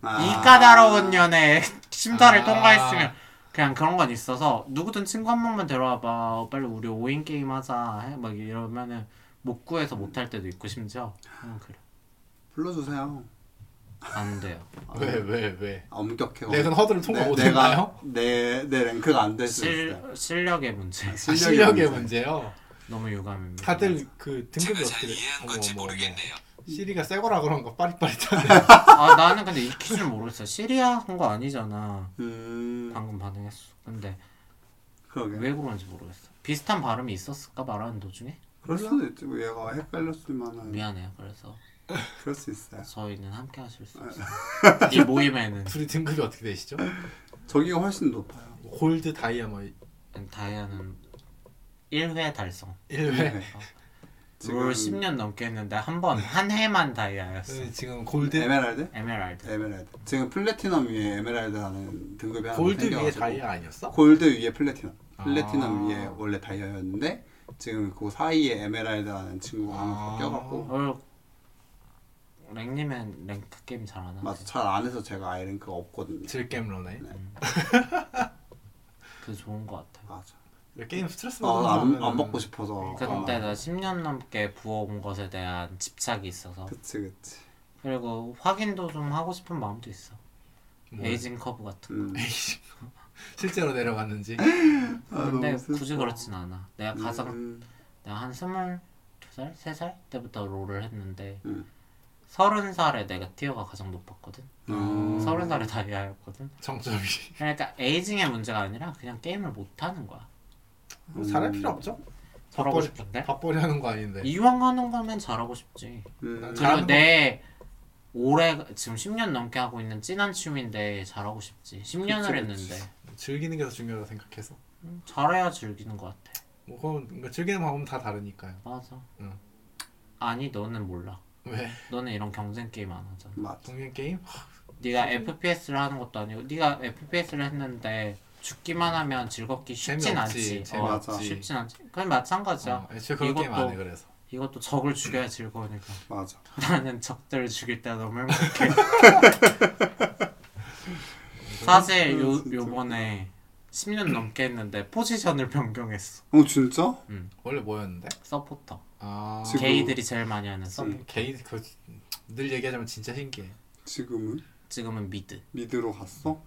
S3: 아.
S2: 이 까다로운 연애 <laughs> 심사를
S1: 아.
S2: 통과했으면. 그냥 그런 건 있어서, 누구든 친구 한 명만 데려와봐. 어, 빨리 우리 5인 게임 하자. 해? 막 이러면은, 못 구해서 못 할 때도 있고, 심지어. 응, 그래.
S3: 불러주세요.
S2: 안 돼요.
S1: 왜 왜 왜?
S3: 엄격해.
S1: 렉은 허들을 통과
S3: 어. 네, 내-
S1: 못했나요?
S3: 내가- 내, 내 랭크가 안 <laughs> 될 수
S2: 실,
S3: 있어요.
S2: 실력의 문제.
S1: 아, 실력의 문제요.
S2: 너무 유감입니다.
S1: 다들 그 등급이
S4: 제가 잘
S1: 어떻게
S4: 이해한 건지 모르겠네요.
S1: 시리가 새 거라 그런 거
S3: 음.
S1: 빠릿빠릿하네.
S2: 아 나는 근데 이 퀴즈를 모르겠어. 시리아 한 거 아니잖아.
S3: 음,
S2: 방금 반응했어. 근데
S3: 그러게.
S2: 왜 그런지 모르겠어. 비슷한 발음이 있었을까 말하는 도중에?
S3: 그럴 수도 있지. 뭐 얘가 헷갈렸을 만한.
S2: 미안해요. 그래서
S3: 그럴 수 있어요.
S2: 저희는 함께 하실
S3: <laughs>
S2: 수 없어요. 이 모임에는
S1: 둘이 등급이 어떻게 되시죠?
S3: 저기가 훨씬 높아요.
S1: 골드 다이아몬드 뭐
S2: 다이아는 1회 달성.
S3: 음.
S1: 1회.
S2: 어.
S3: 네. 지금
S2: 롤 10년 넘게 했는데 한 번 한 해만 다이아였어.
S3: 네.
S1: 네, 지금 골드
S3: 에메랄드?
S2: 에메랄드.
S3: 에메랄드. 지금 플래티넘 위에 에메랄드 하는 등급이 하나
S1: 골드 위에
S3: 생겨가지고
S1: 다이아 아니었어?
S3: 골드 위에 플래티넘.
S1: 아.
S3: 플래티넘 위에 원래 다이아였는데 지금 그 사이에 에메랄드라는 친구가 하나
S1: 아.
S3: 껴갖고
S2: 어, 랭님은 랭크 게임 잘 안
S3: 맞아
S2: 하는데
S3: 잘 안 해서 제가 아이랭크가 없거든요.
S1: 즐겜러네.
S3: 음.
S2: 그 좋은 거 같아요.
S3: 맞아.
S1: 게임 스트레스 받는
S3: 아, 나안
S1: 사람은 그러니까
S3: 안 먹고 싶어서.
S2: 근데
S3: 아,
S2: 나 10년 넘게 부어온 것에 대한 집착이 있어서
S3: 그치 그치.
S2: 그리고 확인도 좀 하고 싶은 마음도 있어.
S1: 뭐,
S3: 네.
S2: 에이징 커브 같은.
S3: 음.
S1: <laughs> 실제로 내려갔는지.
S3: 아,
S2: 거. 근데
S3: 너무 슬퍼.
S2: 굳이 그렇진 않아. 내가 가장
S3: 음.
S2: 내가 한 스물 두 살, 세 살 때부터 롤을 했는데
S3: 음.
S2: 서른 살에 내가 티어가 가장 높았거든.
S3: 음.
S2: 서른 살에 다이아였거든.
S1: 정점이.
S2: 그러니까 에이징의 문제가 아니라 그냥 게임을 못 하는 거야.
S1: 뭐 잘할 필요 없죠.
S2: 저러고
S1: 바빠지-
S2: 싶은데
S1: 밥벌이 하는 거 아닌데.
S2: 이왕 하는 거면 잘하고 싶지.
S3: 음.
S2: 그리고
S1: 잘하는
S2: 내 올해 지금 10년 넘게 하고 있는 진한 취미인데 잘하고 싶지. 10년을
S3: 그치,
S2: 했는데
S1: 즐기는 게 더 중요하다 생각해서.
S2: 음, 잘해야 즐기는 것 같아.
S1: 뭐 그건 그러니까 즐기는 방법은 다 다르니까요.
S2: 맞아.
S1: 응.
S2: 아니 너는 몰라.
S1: 왜?
S2: 너는 이런 경쟁 게임 안 하잖아.
S3: 맞아.
S1: 동행 게임?
S2: 네가 FPS를 하는 것도 아니고 네가 FPS를 했는데 죽기만 하면 즐겁기 쉽진
S1: 재미없지.
S2: 않지. 어,
S3: 재미없지.
S2: 쉽진 않지. 그건 마찬가지야.
S1: 어, 애초에 그런 게임
S2: 이것도-
S1: 안해 그래서.
S2: 이것도 적을 죽여야
S1: <laughs>
S2: 즐거우니까.
S3: 맞아.
S2: 나는 적들을 죽일 때 너무 행복해.
S1: 아,
S2: 사실 요
S3: 진짜
S2: 요번에 10년 넘게 했는데 포지션을 <laughs> 변경했어.
S3: 어 진짜?
S1: 원래 뭐였는데?
S2: 서포터.
S1: 아
S3: 지금-
S2: 게이들이 제일 많이 하는 서포터.
S1: 썸- 개인 그, 그늘 얘기하자면 진짜 <laughs> 신기해.
S3: 지금은
S2: 지금은 미드.
S3: 미드로 갔어?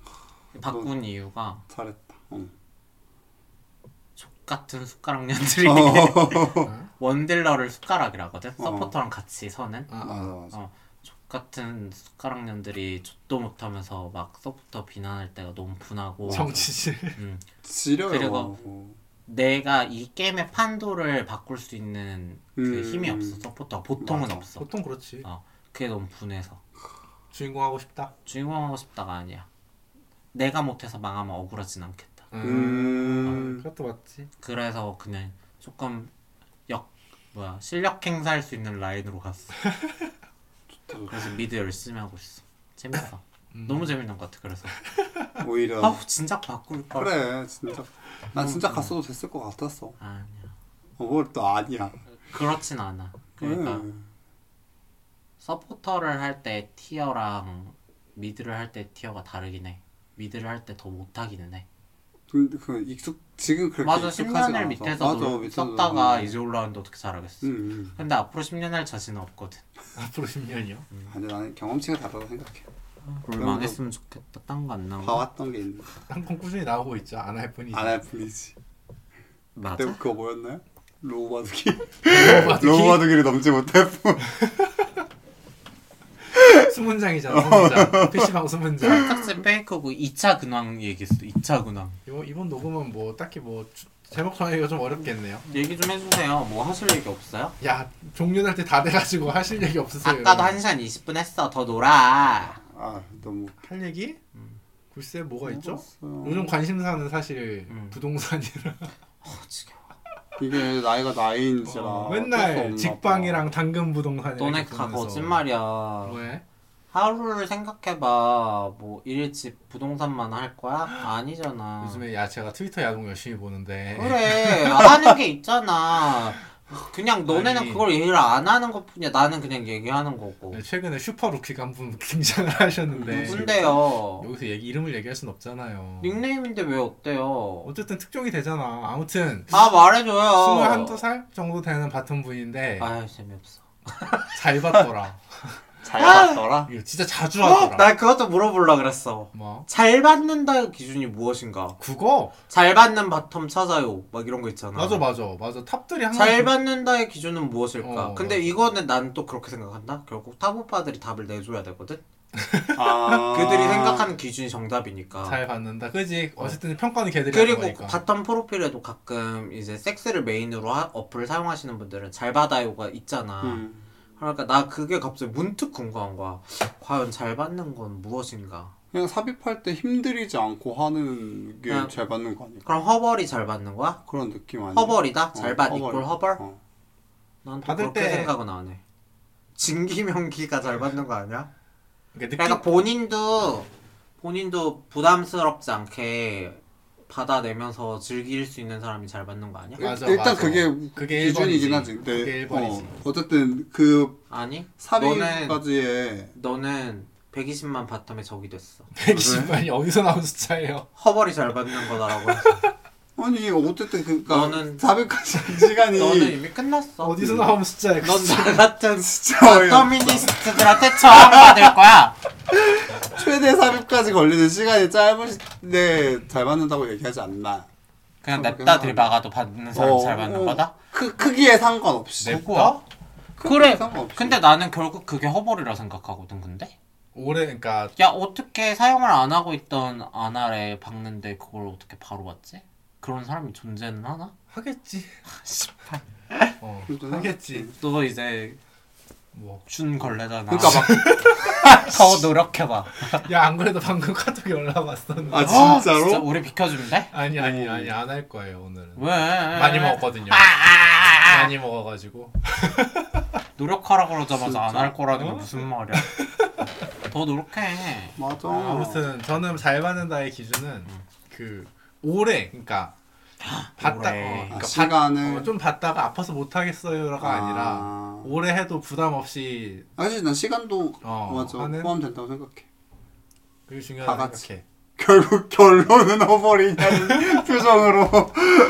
S2: 바꾼 이유가
S3: 잘했다.
S2: <laughs>
S3: 어.
S2: 족 같은 숟가락 년들이
S1: 어.
S2: <laughs> 원딜러를 숟가락이라거든 서포터랑 같이 서는
S1: 아, 아.
S3: 맞아 맞아.
S2: 어. 족 같은 숟가락 년들이 족도 못하면서 막 서포터 비난할 때가 너무 분하고
S1: 정치질.
S2: 음,
S3: 지려요.
S2: 그리고
S3: 어.
S2: 내가 이 게임의 판도를 바꿀 수 있는 그
S3: 음.
S2: 힘이 없어 서포터 보통은
S3: 맞아.
S2: 없어
S1: <laughs> 보통 그렇지.
S2: 그게 너무 분해서
S1: 주인공 하고 싶다.
S2: 주인공 하고 싶다가 아니야 내가 못해서 망하면 억울하진 않겠다
S1: 음,
S3: 음.
S1: 그것도 맞지.
S2: 그래서 그냥 조금 역 뭐야 실력 행사할 수 있는 라인으로 갔어 그래서 미드 열심히 하고 있어 재밌어
S1: 음.
S2: 너무 재밌는 것 같아 그래서
S3: 오히려
S2: 아우 음. 진작 바꿀 걸
S3: 그래 진짜 난 진짜 갔어도 됐을 것 같았어.
S2: 아니야
S3: 뭘또 아니야.
S2: 그렇진 않아 그러니까
S3: 음.
S2: 서포터를 할 때 티어랑 미드를 할 때 티어가 다르긴 해 미드를 할 때 더 못하기는 해
S3: 근데 그 익숙 지금 그렇게
S2: 맞아
S3: 익숙하진
S2: 10년을
S3: 않아서.
S2: 밑에서
S3: 맞아,
S2: 놀-
S3: 밑에서
S2: 썼다가
S3: 놀-
S2: 이제 올라오는데 어떻게 잘하겠어
S3: 음, 음.
S2: 근데 앞으로 10년 할 자신은 없거든
S1: 앞으로 10년이요?
S2: 음.
S3: 음. 아니 나는 경험치가 다르다고 생각해.
S2: 뭘
S3: 그럼
S2: 망했으면 좋겠다 딴 거 안 나오고
S3: 봐왔던 게 있는
S1: 한건 꾸준히 나오고 있죠. 안 할 뿐이지.
S3: 안할 뿐이지.
S2: 맞아
S3: 그때 그거 뭐였나요? 로우바둑이.
S1: 로우바둑이?
S3: 로우바둑이를 넘지 못할 뿐.
S1: <laughs> 수문장이잖아. <laughs> 수문장. PC방 수문장.
S2: 착즙 페이크고 2차 근황 얘기했어 2차 근황
S1: 이번, 이번 녹음은 뭐 딱히 뭐 주- 제목 정하기가 좀 어렵겠네요.
S2: 얘기 좀 해주세요 뭐 하실 얘기 없어요?
S1: 야 종료 날때 다 돼가지고 하실 얘기 없으세요?
S2: 아까도
S1: 여러분?
S2: 1시간 20분 했어 더 놀아
S3: 아 너무.
S1: 할 얘기?
S3: 음.
S1: 글쎄 뭐가 있죠?
S3: 없어요.
S1: 요즘 관심사는 사실
S2: 음.
S1: 부동산이라
S2: 어, 지겨워
S3: 이게 나이가 나이인지라.
S1: 어,
S3: 아, 어쩔 수
S1: 맨날
S3: 없나
S1: 직방이랑 당근 부동산이랑
S2: 너네
S1: 이렇게
S2: 가
S1: 보면서.
S2: 거짓말이야
S1: 왜?
S2: 하루를 생각해봐 뭐 일일치 부동산만 할 거야? 아니잖아
S1: 요즘에 야 제가 트위터 야동 열심히 보는데
S2: 그래 하는 게 있잖아 그냥 너네는
S1: 아니.
S2: 그걸 얘기를 안 하는 것뿐이야 나는 그냥 얘기하는 거고
S1: 네, 최근에 슈퍼 루키가 한 분 등장을 하셨는데
S2: 누군데요
S1: 여기서 얘기, 이름을 얘기할 순 없잖아요.
S2: 닉네임인데 왜 어때요
S1: 어쨌든 특종이 되잖아. 아무튼
S2: 아 말해줘요
S1: 스물 한두 살 정도 되는 바텀 분인데
S2: 아유 재미없어
S1: 잘 봤더라.
S3: 잘
S2: <laughs>
S3: 봤더라.
S1: 이거 진짜 자주
S2: 어?
S1: 하더라.
S2: 나 그것도 물어보려 그랬어
S1: 뭐
S2: 잘 받는다의 기준이 무엇인가
S1: 국어?
S2: 잘 받는 바텀 찾아요 막 이런 거 있잖아
S1: 맞아 맞아 맞아 탑들이 항상
S2: 잘 받는다의 기준은 무엇일까?
S1: 음. 어,
S2: 근데
S1: 맞아.
S2: 이거는 난 또 그렇게 생각한다. 결국 탑 오빠들이 답을 내줘야 되거든.
S3: 아.
S2: 그들이 생각하는 기준이 정답이니까.
S1: 잘 받는다. 그지? 어쨌든 평가는 걔들이 하는
S2: 그리고
S1: 거니까.
S2: 바텀 프로필에도 가끔 이제 섹스를 메인으로 하- 어플을 사용하시는 분들은 잘 받아요가 있잖아.
S3: 음.
S2: 그러니까 나 그게 갑자기 문득 궁금한 거야. 과연 잘 받는 건 무엇인가?
S3: 그냥 삽입할 때 힘들이지 않고 하는
S2: 그냥-
S3: 게 잘 받는 거 아닐까?
S2: 그럼 허벌이 잘 받는 거야?
S3: 그런 느낌 아니야?
S2: 허벌이다?
S3: 어,
S2: 잘 받, 이퀄 허벌?
S3: 어.
S2: 난 또
S1: 받을
S2: 그렇게
S1: 때-
S2: 생각은 안 해. <laughs> 진기명기가 잘 받는 거 아니야?
S1: 그러니까 느낌
S2: 그러니까 본인도 본인도 부담스럽지 않게 받아내면서 즐길 수 있는 사람이 잘 받는 거 아니야?
S1: 맞아,
S3: 일단
S1: 맞아.
S3: 그게,
S1: 그게
S3: 기준이긴
S1: 1번이지.
S3: 하지. 근데
S1: 그게 1번이지. <laughs>
S3: 어, 어쨌든 그
S2: 아니 너는
S3: 삽입까지의
S2: 너는 120만 바텀에 적이 됐어
S1: 120만이 어디서 나온 숫자예요?
S2: 허벌이 잘 받는 거다라고
S3: 아니 어쨌든 그니까 그러니까
S2: 너는-
S3: 삽입까지 한 시간이
S2: <laughs> 너는 이미 끝났어
S1: 어디서 나온 숫자예요?
S2: 넌나
S1: <laughs>
S2: 같은
S3: 진짜 어이없다.
S2: 바텀미니스트들한테 처음 받을 거야
S3: 최대 삽입까지 걸리는 시간이 짧은데 잘 받는다고 얘기하지 않나?
S2: 그냥
S3: 그렇게
S2: 냅다
S3: 생각하네.
S2: 들이박아도 받는 사람이 잘 받는
S3: 어,
S2: 거다?
S3: 크 크기에
S1: 네.
S3: 상관없이.
S1: 냅다?
S2: 그래
S3: 상관없어.
S2: 근데 나는 결국 그게 허벌이라 생각하거든 근데
S1: 올해 그러니까
S2: 야 어떻게 사용을 안 하고 있던 아날에 박는데 그걸 어떻게 바로 봤지? 그런 사람이 존재는 하나?
S1: 하겠지.
S2: 씨발.
S1: <laughs> 어,
S3: 그러잖아.
S1: 하겠지.
S2: 너 이제
S1: 뭐.
S2: 준 걸레잖아.
S3: 그러니까 막
S2: <laughs> 막더 노력해봐.
S1: 야, 안 그래도 방금 카톡이 올라왔었는데
S3: 아,
S2: 어,
S3: 진짜로?
S2: 진짜 우리 비켜주면 돼?
S1: 아니, 아니, 아니, 안 할 거예요, 오늘은.
S2: 왜?
S1: 많이 먹었거든요.
S2: 아, 아, 아, 아.
S1: 많이 먹어가지고.
S2: 노력하라 그러자마자
S3: 진짜? 어?
S2: 안 할 거라는 게 무슨 말이야? 더 노력해.
S3: 맞아.
S1: 아, 아무튼 저는 잘 받는다의 기준은
S3: 음.
S1: 그 오래, 그러니까 받다,
S2: 오래.
S1: 어,
S3: 아,
S1: 그러니까 받,
S3: 시간을
S1: 어, 좀 받다가 아파서 못 하겠어요가
S3: 아.
S1: 아... 니라 오래 해도 부담 없이
S3: 아, 사실 난 시간도
S1: 어,
S3: 맞아
S1: 하는-
S3: 포함된다고 생각해.
S1: 그게
S3: 다
S1: 중요하다고
S3: 같이.
S1: 생각해.
S3: 결국 결론은 허벌이냐는 표정으로.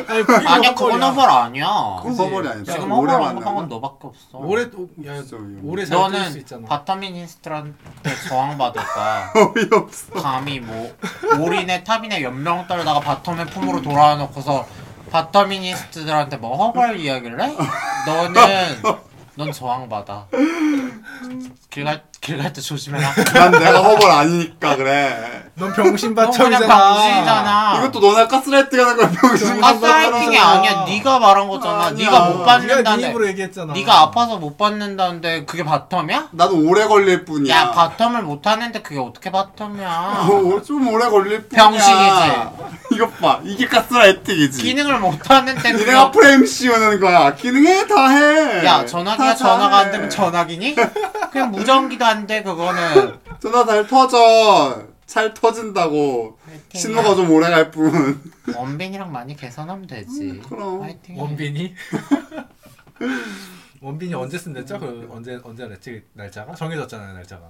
S1: 아니, 그게
S2: 아니야
S1: 허벌이야.
S2: 그건 허벌 아니야.
S3: 그건
S1: 그치.
S3: 허벌이 아니다.
S2: 지금
S3: 오래
S2: 허벌한
S3: 만나나?
S2: 호방은 너밖에 없어.
S1: 오래 또- 야,
S3: 진짜 어이없네.
S1: 오래 잘 뛸 수
S2: 너는
S1: 있잖아.
S2: 바타미니스트한테 저항받을까
S3: 어이없어.
S2: 감히 뭐 올인의 탑인의 연명 떨다가 바텀의 품으로 돌아와 놓고서 바타미니스트들한테 뭐 허벌 이야기를 해? 너는 넌 저항받아 길갈길 갈 때 조심해라
S3: 난 내가 허벌 아니니까 그래.
S1: 넌 병신
S2: 넌 그냥
S1: 받쳐이잖아.
S2: 방지잖아
S3: 이것도 너네 가스라이팅 하는 거야 병신.
S2: 가스라이팅이
S1: 거잖아.
S2: 아니야 네가 말한 거잖아
S3: 아니야.
S2: 네가 못
S1: 네가 네
S2: 받는다는
S1: 입으로 얘기했잖아.
S2: 네가 아파서 못 받는다는데 그게 바텀이야?
S3: 나도 오래 걸릴 뿐이야.
S2: 야 바텀을 못 하는데 그게 어떻게 바텀이야
S3: 어, 좀 오래 걸릴 뿐이야.
S2: 병신이지.
S3: 이것 봐. 이게 가스라이팅이지.
S2: 기능을 못하는데
S3: 니네가 프레임 씌우는 거야. 기능해 다 해.
S2: 야 전화기가
S3: 다 잘해.
S2: 전화가 안 되면 전화기니? 그냥 무전기도 안 돼 그거는
S3: 전화 잘 터져. 잘 터진다고. <laughs> 신호가 좀 오래 갈 뿐.
S2: <laughs> 원빈이랑 많이 개선하면 되지
S3: 음, 그럼.
S2: 화이팅
S3: <laughs>
S1: 원빈이? 원빈이 언제 쓴댔죠? 그 언제 언제 냈지 날짜가 정해졌잖아요 날짜가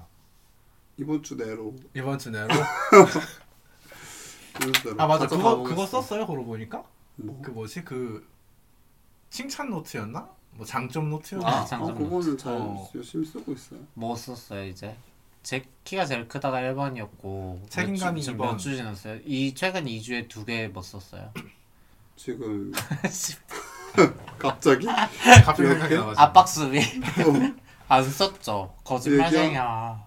S3: 이번 주 내로.
S1: 이번 주 내로
S3: 그래서
S1: 아 맞아 그거
S3: 가져가고
S1: 그거
S3: 있어.
S1: 썼어요 그러고 보니까
S3: 뭐?
S1: 그 뭐지 그 칭찬 노트였나 뭐 장점 노트였나
S2: 아,
S3: 아,
S2: 장점
S3: 그거는 잘
S1: 어.
S3: 열심히 쓰고 있어요.
S2: 뭐 썼어요 이제? 제 키가 제일 크다가 1번이었고
S1: 책임감이 이번.
S2: 몇주 지났어요? 이 최근 2주에 두 개 뭐
S1: <laughs>
S2: 썼어요?
S3: 지금
S2: <laughs>
S3: 갑자기 어,
S1: <laughs> 갑자기
S3: 이렇게?
S1: 생각이 나가지고
S2: 아, 압박수비 안 썼죠 거짓말쟁이야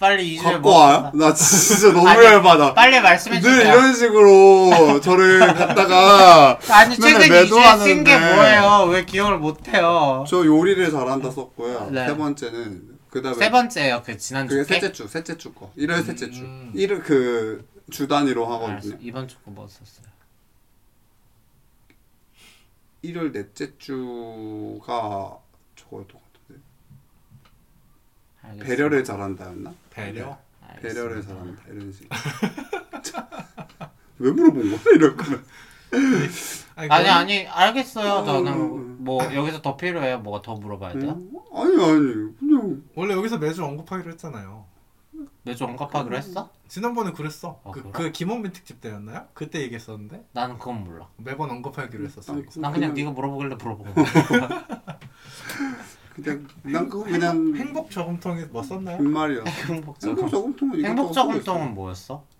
S2: 빨리 2주에
S3: 갖고
S2: 뭐
S3: 와요?
S2: 썼나?
S3: 나 진짜 너무
S2: 아니,
S3: 열받아.
S2: 빨리 말씀해
S3: 늘
S2: 주세요
S3: 이런 식으로 저를
S2: <laughs>
S3: 갖다가
S2: 아니 최근
S3: 맨날
S2: 2주에 쓴 게
S3: 매도하는데.
S2: 뭐예요 왜 기억을 못해요
S3: 저 요리를 잘한다 썼고요.
S2: 네.
S3: 세 번째는 그다음에
S2: 세 번째예요 그 지난주
S3: 아, 그게
S2: 게
S3: 셋째 주, 셋째 주 거. 일월 셋째 주.
S1: 음.
S3: 일월 그주 단위로
S2: 알았어
S3: 하거든요.
S2: 이번 주 거 뭐 썼어요?
S3: 일월 넷째 주가 저거였던 것 같은데.
S2: 알겠습니다.
S3: 배려를 잘한다였나?
S1: 배려
S3: 네.
S2: 알겠습니다.
S3: 배려를 잘한다 이런 식. <laughs> 왜 물어본 거야 이럴 거면.
S2: 아니
S1: 그건-
S2: 아니 알겠어요
S3: 음.
S2: 저는 뭐 여기서 더 필요해요 뭐가 더 물어봐야 돼요?
S3: 응? 음, 아니 아니 그냥
S1: 원래 여기서 매주 언급하기로 했잖아요
S2: 매주 언급하기로 했어?
S1: 지난번에 그랬어
S2: 아,
S1: 그,
S2: 그래요?
S1: 그 김원빈 특집 때였나요 그때 얘기했었는데
S2: 나는 그건 몰라
S1: 매번 언급하기로 했었어
S3: 아니,
S1: 여기서.
S2: 난 그냥
S3: 음, 그냥-
S2: 네가
S3: <laughs>
S2: 물어보길래 물어본 거야
S3: 그냥 난 그거 그냥
S1: 행복 저금통에 뭐 썼나요
S3: 빈말이야.
S2: 행복
S3: 행복
S2: 저금
S3: 저금통은 이것저것
S2: 행복
S3: 쓰고 있어.
S2: 저금통은 뭐였어?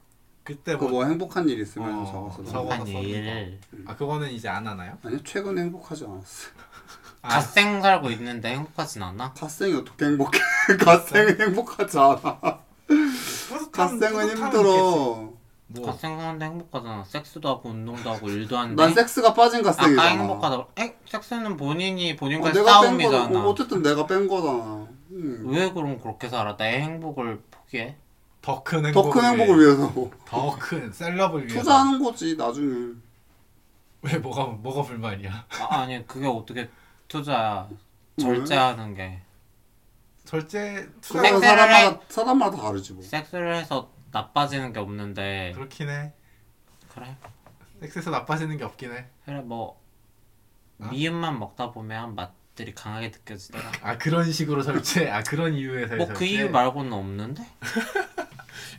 S1: 그때
S3: 그거
S1: 뭐
S3: 뭐 행복한 일 있으면
S1: 어,
S3: 적었어.
S1: 적어.
S3: 적어.
S1: 적어서
S2: 한 일.
S1: 아, 그거는 이제 안 하나요
S3: 아니 최근에 행복하지 않았어. <laughs>
S1: 아
S2: 갓생 살고 있는데 행복하진 않아?
S3: 갓생이 어떻게 행복해? <laughs> 갓생은 행복하지 않아.
S1: 뿌듯함-
S3: 갓생은
S1: 뿌듯함은 있겠지.
S3: 힘들어.
S1: 뭐
S2: 갓생 사는데 행복하잖아 섹스도 하고 운동도 하고 일도 하는데
S3: 난 섹스가 빠진 갓생이잖아.
S2: 네. 아까 행복하다 에? 섹스는 본인이
S3: 어,
S2: 본인과의
S3: 내가 뺀 거잖아.
S2: 싸움이잖아 음.
S3: 어, 어쨌든 내가 뺀 거잖아. 음. 응.
S2: 왜 그럼 그렇게 살아? 나의 행복을 포기해?
S1: 더큰 행복을
S3: 더큰 행복을 위해서
S1: 더큰 셀럽을 위해서
S3: 투자하는 거지 나중에.
S1: 왜 뭐가 뭐가 불만이야?
S2: 아, 아니 그게 어떻게 투자야
S3: 왜?
S2: 절제하는 게
S1: 절제 투자
S3: 그건
S2: 섹스를
S3: 사람마다 사람마다 다르지 뭐.
S2: 섹스를 해서 나빠지는 게 없는데
S1: 그렇긴 해.
S2: 그래
S1: 엑세서 나빠지는 게 없긴 해.
S2: 그래 뭐
S1: 어?
S2: 미음만 먹다 보면 맛들이 강하게 느껴지더라
S1: 아 그런 식으로 절제, 아 그런 이유에서
S2: 뭐 그 이유 말고는 없는데
S1: 야,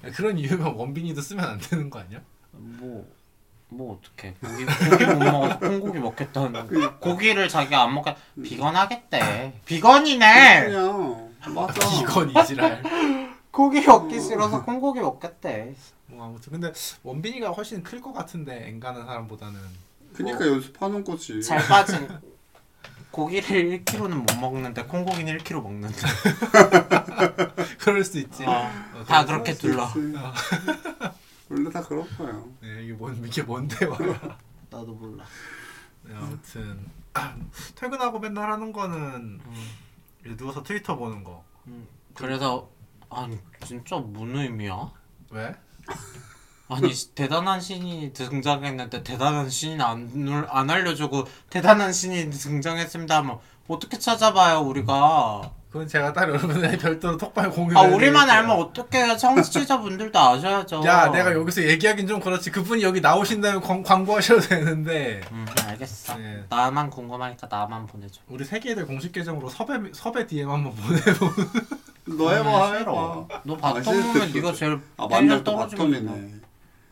S1: 아, 그런 이유면 원빈이도 쓰면 안 되는 거 아니야?
S2: 뭐 뭐 어떻게 고기 고기 못 먹어서 콩고기 먹겠다는 고기를 자기가 안 먹게 비건 하겠대 비건이네
S3: 그냥
S2: 어.
S3: 맞아.
S1: <laughs> 이건 이지랄.
S2: 고기 먹기 싫어서 콩고기 먹겠대
S1: 뭐 아무튼 근데 원빈이가 훨씬 클 것 같은데 앵간한 사람보다는
S3: 그러니까 연습하는 거지.
S2: 잘 빠진 고기를 1kg는 못 먹는데 콩고기는 1kg 먹는데
S1: 그럴 수 있지.
S2: 어,
S1: 그럴
S2: 다
S1: 수
S2: 그렇게
S1: 있지.
S2: 둘러
S3: 원래 다 그렇고요.
S1: 네, 이게 뭔 이게 뭔데 말이야.
S2: 나도 몰라
S1: 네, 아무튼 <clears throat> 아, 퇴근하고 맨날 하는 거는 이제 누워서 트위터 보는 거.
S2: 음, 그래서 아니 진짜 무슨 의미야?
S1: 왜?
S2: 아니 시- 대단한 신이 등장했는데 대단한 신이 안안 안 알려주고 대단한 신이 등장했습니다 하면 어떻게 찾아봐요 우리가
S1: 그건 제가 따로 <laughs> 여러분의 별도로 톡방에 공유를
S2: 아 우리만
S1: 해드릴게요.
S2: 알면 어떻게 청취자분들도 아셔야죠
S1: 야 내가 여기서 얘기하긴 좀 그렇지 그분이 여기 나오신다면 광, 광고하셔도 되는데
S2: 음 알겠어
S1: 네.
S2: 나만 궁금하니까 나만 보내줘
S1: 우리 세계애들 공식 계정으로 섭외 섭외 DM 한번 보내보는
S3: 너 해봐
S2: 나는 싫어.
S3: 해봐.
S2: 너
S3: 아, 싫을
S2: 바텀이면
S3: 때도
S2: 네가 제일
S3: 음, 아
S2: 때려
S3: 만날 때
S2: 떨어지면 되나?
S3: 바텀이네.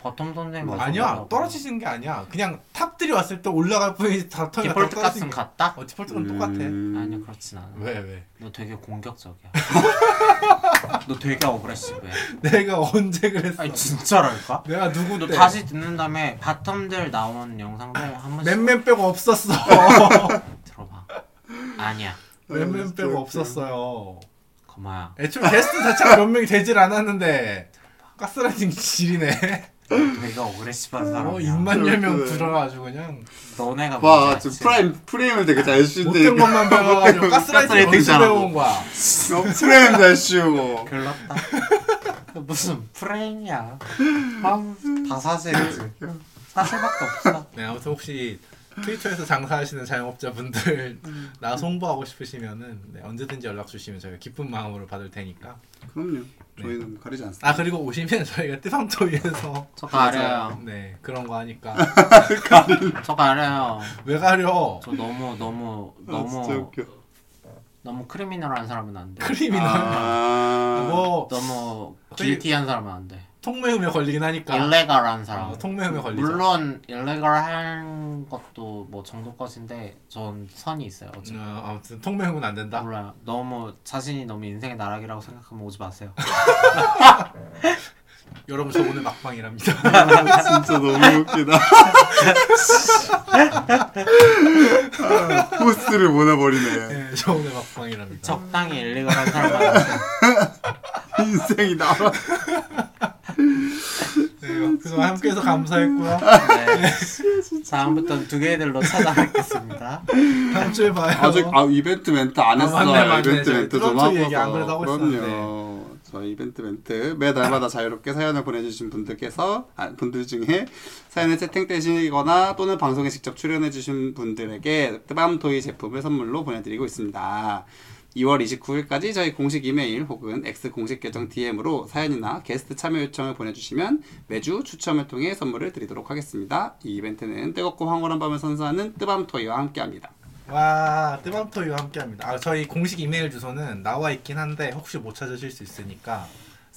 S2: 바텀 선생님
S3: 뭐,
S1: 아니야 떨어지시는 게 아니야 그냥 탑들이 왔을 때 올라갈 뿐이지 다 턴이
S2: 디폴트 값은 같다?
S1: 어 디폴트는 똑같아
S3: 음.
S2: 아니야 그렇진 않아
S1: 왜 왜?
S2: 너 되게 공격적이야. <laughs> 너 되게 어그레시브해.
S1: 내가 언제 그랬어?
S2: 아니 진짜랄까?
S1: 내가 누구
S2: 너
S1: 때?
S2: 다시 듣는 다음에 바텀들 나온 영상들 한 번씩
S1: 맨맨 빼고
S2: <laughs>
S1: 없었어
S2: 들어봐. 아니야,
S1: <laughs> 맨맨 빼고 없었어요
S2: 거마야.
S1: 애초에 게스트 자체가 몇 명이 되질 않았는데 가스라이팅 지리네
S2: 너 되게 어그레시브한
S1: 어
S2: 사람이야.
S1: 입만 열면
S3: 그래.
S1: 들어가지고 그냥
S2: 너네가
S3: 봐
S2: 뭔지
S3: 지금
S2: 알지?
S3: 프라임 프레임을 되게 잘 씌운데
S1: 못된 <laughs> 것만 배워가지고 가스라이팅
S2: 가스라이팅
S1: 어디서
S2: 잘하고.
S1: 배운 거야
S3: 프레임 잘 씌우고.
S2: 글렀다. 너 무슨 프레임이야? 아, 다 사실이지. 사실밖에 없어.
S1: 네 아무튼 혹시 트위터에서 장사하시는 자영업자분들 나 홍보하고 싶으시면은 네, 언제든지 연락 주시면 저희가 기쁜 마음으로 받을 테니까
S3: 그럼요. 저희는 뭐 가리지 않습니다.
S1: 아 그리고 오시면 <laughs> 저희가 뜨밤토이에서
S2: 저 가려요.
S1: 네 그런 거 하니까
S2: 저 가려요.
S1: 왜 가려
S2: 저 너무 너무
S3: 아, 진짜
S2: 너무
S3: 웃겨.
S2: 너무 크리미널한 사람은 안 돼.
S1: 크림이나 <laughs>
S3: 아,
S1: 뭐
S2: 너무 길티한 사람은 안 돼.
S1: 통매음에 걸리긴 하니까
S2: 일레갈한 사람.
S1: 어, 그러니까 통매음에 걸리죠.
S2: 물론 일레갈한 것도 뭐 정도 것인데 전 선이 있어요. 어쨌든
S1: 어, 아무튼 통매음은 안 된다.
S2: 몰라요. 너무 자신이 너무 인생의 나락이라고 생각하면 오지 마세요.
S1: 아. 여러분 저 오늘 막방이랍니다. <laughs>
S3: 진짜 너무 웃기다. 아, 포스트를 보내버리네.
S1: 네, 저 오늘 막방이랍니다.
S2: 적당히 일레갈한 사람만 하세요.
S3: 인생이 나.
S1: 네, 그래서 함께해서 감사했고요. <laughs>
S2: 네. 다음부터는 두 개들로 찾아뵙겠습니다.
S1: 다음 주에 봐요.
S3: 아직 아 이벤트 멘트 안
S1: 아,
S3: 했어요.
S1: 맞네, 맞네.
S3: 이벤트
S1: 저희
S3: 멘트 좀
S1: 트로트
S3: 하고서.
S1: 얘기 안 그래도 하고
S3: 그럼요. 저희 이벤트 멘트 매달마다 자유롭게 사연을 보내주신 분들께서 아, 분들 중에 사연을 채택되시거나 또는 방송에 직접 출연해주신 분들에게 뜨밤토이 제품을 선물로 보내드리고 있습니다. 2월 29일까지 저희 공식 이메일 혹은 X 공식 계정 DM으로 사연이나 게스트 참여 요청을 보내주시면 매주 추첨을 통해 선물을 드리도록 하겠습니다. 이 이벤트는 뜨겁고 황홀한 밤을 선사하는 뜨밤토이와 함께합니다.
S1: 와 뜨밤토이와 함께합니다. 아 저희 공식 이메일 주소는 나와 있긴 한데 혹시 못 찾으실 수 있으니까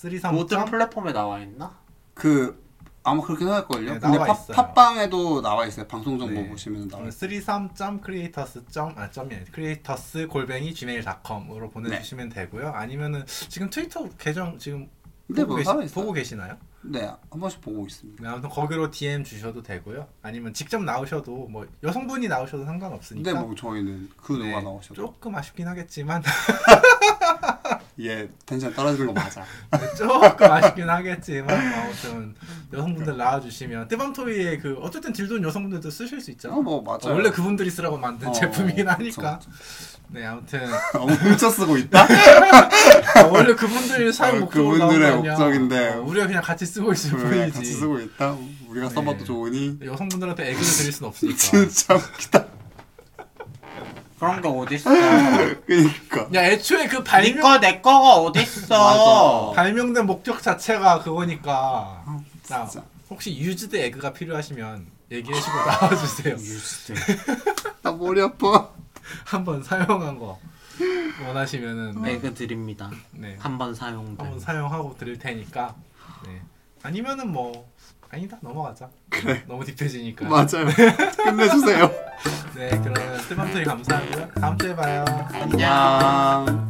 S2: 모든
S1: 333
S2: 플랫폼에 나와 있나?
S3: 그 아마 그렇게 생각할걸요.
S1: 네,
S3: 근데
S1: 나와
S3: 팟-
S1: 있어요.
S3: 팟빵에도 나와 있어요. 방송 정보
S1: 네.
S3: 보시면 나와 있어요.
S1: 33점 creators 점, 아, 점이 아니라 creators 골뱅이 gmail.com으로 보내주시면 되고요. 아니면은 지금 트위터 계정 지금
S3: 네,
S1: 보고,
S3: 뭐
S1: 계시,
S3: 살아있어요.
S1: 보고 계시나요?
S3: 네, 한 번씩 보고 있습니다.
S1: 네, 아무튼 거기로 DM 주셔도 되고요. 아니면 직접 나오셔도 뭐 여성분이 나오셔도 상관없으니까
S3: 근데 뭐 저희는 그
S1: 네,
S3: 누가 나오셔도
S1: 조금 아쉽긴 하겠지만
S3: 예 텐션 떨어지는 거 맞아.
S1: 조금 아쉽긴 하겠지만 아무튼 여성분들 나와주시면 뜨밤토이의 그 어쨌든 딜돈 여성분들도 쓰실 수 있잖아.
S3: 어, 뭐 맞아요.
S1: 원래 그분들이 쓰라고 만든
S3: 어,
S1: 제품이긴
S3: 그쵸,
S1: 하니까.
S3: 그쵸.
S1: 네 아무튼
S3: 너무 훔쳐 쓰고
S1: <laughs>
S3: 있다.
S1: 네, 아, 원래 그분들이 사용
S3: 어,
S1: 목적으로 나온
S3: 그분들의
S1: 거 아니야.
S3: 목적인데.
S1: 어, 우리가 그냥 같이 쓰고 있을
S3: 왜
S1: 뿐이지.
S3: 같이 쓰고 있다. 우리가
S1: 네. 그러니까.
S3: 써봐도 좋으니
S1: 여성분들한테 애교를 드릴 순
S3: <laughs>
S1: 없으니까.
S3: 진짜 웃기다.
S2: 그런 게 어딨어?
S3: 그러니까
S1: 야 애초에 그 발명
S2: 니꺼 내 거가 어딨어?
S3: 맞아.
S1: 발명된 목적 자체가 그거니까. 자,
S3: 아, 진짜.
S1: 혹시 유즈드 에그가 필요하시면 얘기하시고 나와주세요.
S3: 나 머리 아파.
S1: 한번 사용한 거 원하시면은 네.
S2: 매그 드립니다.
S1: 네.
S2: 한 번 사용돼.
S1: 한번 사용하고 드릴 테니까. 네. 아니면은 뭐 아니다 넘어가자.
S3: 그래.
S1: 너무 딥해지니까.
S3: 맞아요. 끝내주세요.
S1: 네 그러면 뜨밤토이 감사하고요. 다음 주에 봐요.
S2: 안녕.
S3: 안녕.